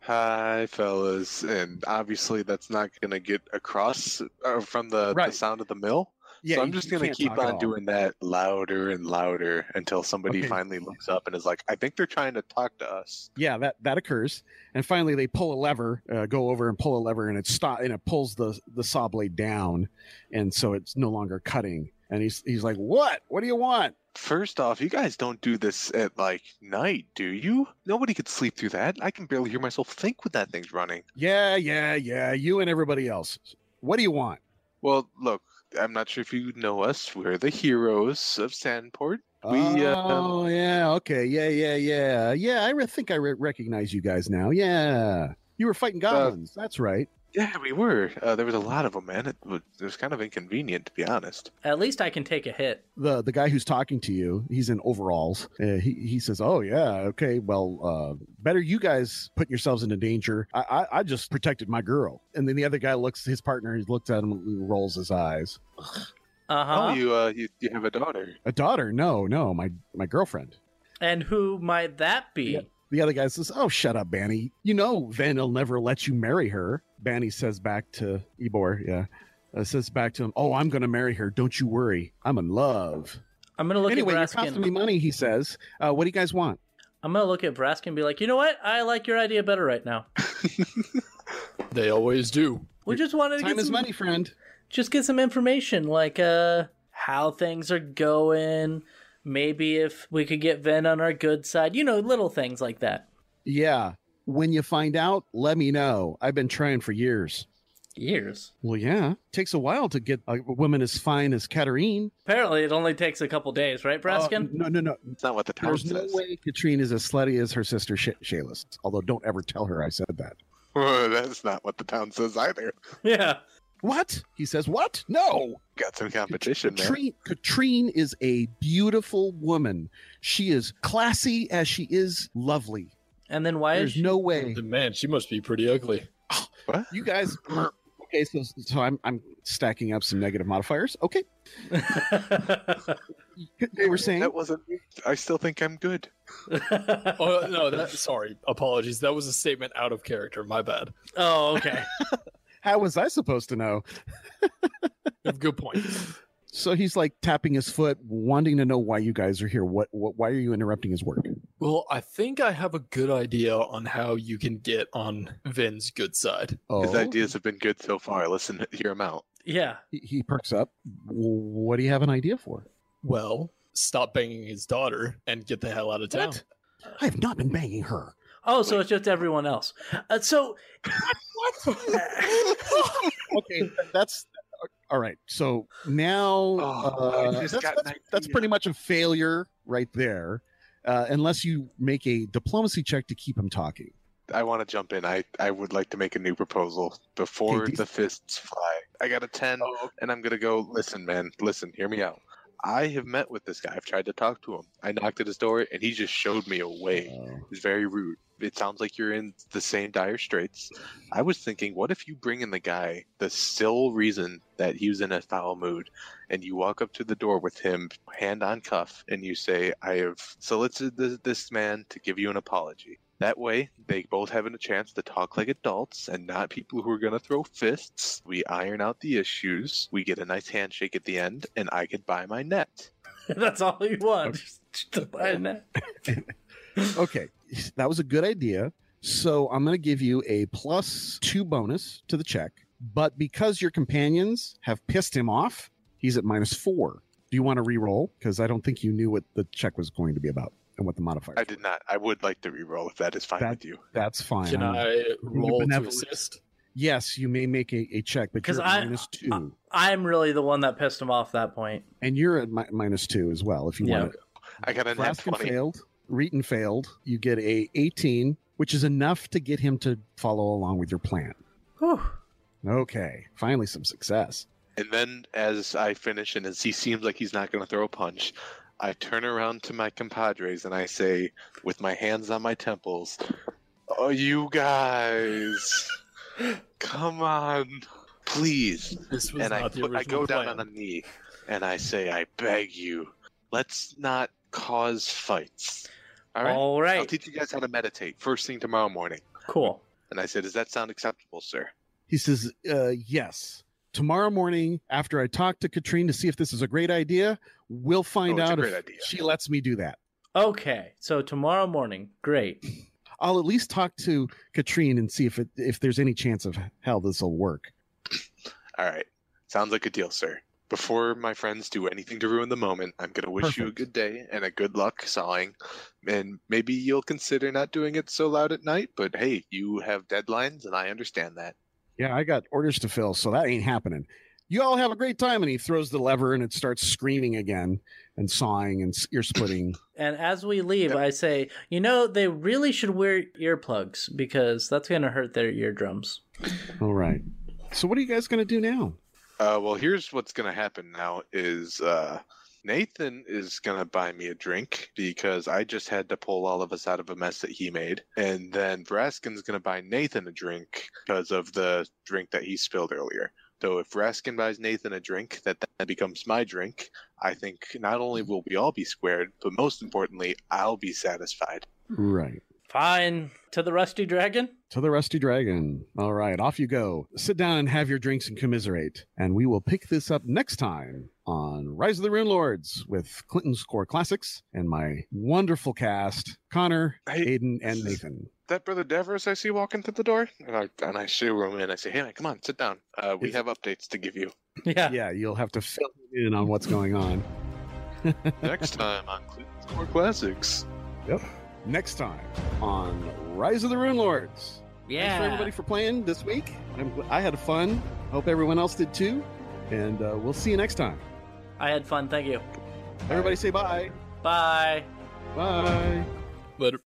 B: Hi, fellas. And obviously, that's not going to get across uh, from the,
A: Right.
B: the sound of the mill. so I'm just going to keep on doing that louder and louder until somebody
A: Okay.
B: finally looks up and is like, I think they're trying to talk to us.
A: Yeah, that that occurs, and finally they pull a lever, uh, go over and pull a lever, and it stop and it pulls the the saw blade down, and so it's no longer cutting. And he's he's like, "What? What do you want?"
B: First off, you guys don't do this at like night, do you? Nobody could sleep through that. I can barely hear myself think when that thing's running.
A: Yeah, yeah, yeah. You and everybody else. What do you want?
B: Well, look, I'm not sure if you know us. We're the heroes of Sandport. We, uh,
A: oh yeah, okay, yeah, yeah, yeah, yeah. I re- think I re- recognize you guys now. Yeah, you were fighting
B: Uh,
A: goblins. That's right.
B: Yeah, we were. Uh, there was a lot of them, man. It was, it was kind of inconvenient, to be honest.
D: At least I can take a hit.
A: the The guy who's talking to you, he's in overalls. Uh, he he says, "Oh yeah, okay. Well, uh, better you guys put yourselves into danger. I, I I just protected my girl." And then the other guy looks his partner. He looks at him, and rolls his eyes.
D: Uh
B: Oh,
D: huh.
B: you, uh, you you have a daughter.
A: A daughter? No, no, my my girlfriend.
D: And who might that be?
A: Yeah. The other guy says, "Oh, shut up, Banny. You know Van'll never let you marry her." Banny says back to Ebor, "Yeah." Uh, says back to him, "Oh, I'm going to marry her. Don't you worry. I'm in love."
D: I'm gonna look
A: anyway, you're
D: at Braskin.
A: costing me money. He says, uh, "What do you guys want?"
D: I'm gonna look at Braskin and be like, you know what? I like your idea better
A: [LAUGHS]
D: right now.
C: they always do.
D: We just wanted to
A: Time
D: get
A: is
D: some,
A: money, friend.
D: just get some information, like uh how things are going. Maybe if we could get Ven on our good side, you know, little things like that.
A: Yeah. When you find out, let me know. I've been trying for years.
D: Years.
A: Well, yeah. Takes a while to get a woman as fine as Katerine.
D: Apparently, it only takes a couple days, right,
A: Uh,
D: Braskin?
A: no, no, no.
B: It's not what the town
A: There's no
B: says.
A: way Katrine is as slutty as her sister Sh- Shayla's. Although, don't ever tell her I said that.
B: [LAUGHS] That's not what the town says either.
A: Oh.
D: [LAUGHS] yeah.
A: What? He says, What? No.
B: Got some competition, man.
A: Katrine, Katrine is a beautiful woman. She is classy as she is lovely.
D: And then why is
A: There's
D: she-
A: no way.
C: Man, she must be pretty ugly.
A: You guys. Okay, so, so I'm, I'm stacking up some negative modifiers. Okay. They were saying.
B: That wasn't. me. I still think I'm good.
C: Oh no, that sorry, apologies. That was a statement out of character. My bad.
D: [LAUGHS] oh, okay.
A: How was I supposed to know?
C: Good point.
A: So he's like tapping his foot, wanting to know why you guys are here. What, what why are you interrupting his work?
C: Well, I think I have a good idea on how you can get on Vin's good side.
A: Oh,
B: His ideas have been good so far. Listen, hear him out.
D: Yeah.
A: he, he perks up. W- What do you have an idea for?
C: Well, stop banging his daughter and get the hell out of town.
A: What? I have not been banging her.
D: Oh, so it's just everyone else. Uh, so,
A: [LAUGHS] Okay, that's uh, all right. So now
B: Oh, I
A: uh,
B: just
A: that's,
B: got an
A: that's, that's
B: idea.
A: pretty much a failure right there, uh, unless you make a diplomacy check to keep him talking.
B: I want to jump in. I, I would like to make a new proposal before
A: Okay, do-
B: the fists fly. I got a 10, and I'm going to go, listen, man, listen, hear me out. I have met with this guy. I've tried to talk to him. I knocked at his door, and he just showed me a way.
A: Uh,
B: It's very rude. It sounds like you're in the same dire straits. I was thinking, what if you bring in the guy, the sole reason that he was in a foul mood, and you walk up to the door with him, hand on cuff, and you say, I have solicited this, this man to give you an apology. That way, they both have a chance to talk like adults and not people who are going to throw fists. We iron out the issues. We get a nice handshake at the end, and I could buy my net.
D: [LAUGHS] That's all you want. Just to buy a net.
A: Okay, that was a good idea. So I'm going to give you a plus two bonus to the check. But because your companions have pissed him off, he's at minus four. Do you want to re-roll? Because I don't think you knew what the check was going to be about and what the modifier.
B: I did not. I would like to reroll if that is fine
A: That-
B: with you.
A: That's fine.
C: Can
A: I'm-
C: I roll to
A: benevolent.
C: assist?
A: Yes, you may make a, a check, but
D: 'Cause
A: you're at
D: I-
A: minus two,
D: [LAUGHS] I'm really the one that pissed him off that point.
A: and you're at mi- minus two as well. If you
D: Yeah.
A: want to,
B: I got a net
A: Raskin
B: 20.
A: failed, Reeton failed. You get a 18, which is enough to get him to follow along with your plan.
D: Whew.
A: Okay, finally some success.
B: And then, as I finish, and as he seems like he's not going to throw a punch, I turn around to my compadres and I say, with my hands on my temples, Oh, you guys, come on, please.
C: This was
B: And
C: not
B: I,
C: the
B: put- I
C: original
B: go
C: plan.
B: down on a knee and I say, I beg you, let's not cause fights. All right?
D: All right.
B: I'll teach you guys how to meditate first thing tomorrow morning.
D: cool.
B: And I said, Does that sound acceptable, sir?
A: He says, uh, "Yes." Tomorrow morning, after I talk to Katrine to see if this is a great idea, we'll find
B: Oh, it's a
A: out if
B: great idea.
A: she lets me do that.
D: Okay. So tomorrow morning. Great.
A: I'll at least talk to Katrine and see if it, if there's any chance of how this will work.
B: All right. Sounds like a deal, sir. Before my friends do anything to ruin the moment, I'm going to wish you a
A: Perfect.
B: good day and a good luck sawing. And maybe you'll consider not doing it so loud at night, but hey, you have deadlines and I understand that.
A: Yeah, I got orders to fill, so that ain't happening. You all have a great time. And he throws the lever and it starts screaming again and sawing and s- ear splitting.
D: And as we leave,
B: Yep.
D: I say, you know, they really should wear earplugs because that's going to hurt their eardrums.
A: all right. So, what are you guys going to do now?
B: Uh, well, here's what's going to happen now is uh, Nathan is going to buy me a drink because I just had to pull all of us out of a mess that he made. And then Raskin's going to buy Nathan a drink because of the drink that he spilled earlier. So if Raskin buys Nathan a drink, that then becomes my drink. I think not only will we all be squared, but most importantly, I'll be satisfied.
A: Right.
D: Fine. To the Rusty Dragon? [LAUGHS]
A: To the Rusty Dragon. All right, off you go. Sit down and have your drinks and commiserate. And we will pick this up next time on Rise of the Rune Lords with Clinton's Core Classics and my wonderful cast Connor,
B: Hey,
A: Aiden, and Nathan.
B: that brother Devers I see walking through the door, and I and I shoo him in. I say, "Hey, man, come on, sit down. Uh, we
A: Is-
B: have updates to give you."
D: Yeah.
A: Yeah, you'll have to fill in on what's going on.
B: Next time on Clinton's Core Classics.
A: next time on Rise of the Rune Lords. Thanks for everybody for playing this week. I'm, gl- I had fun. Hope everyone else did too. And uh, we'll see you next time.
D: I had fun. Thank you.
A: Everybody say bye.
D: Bye.
A: Bye.
C: Later.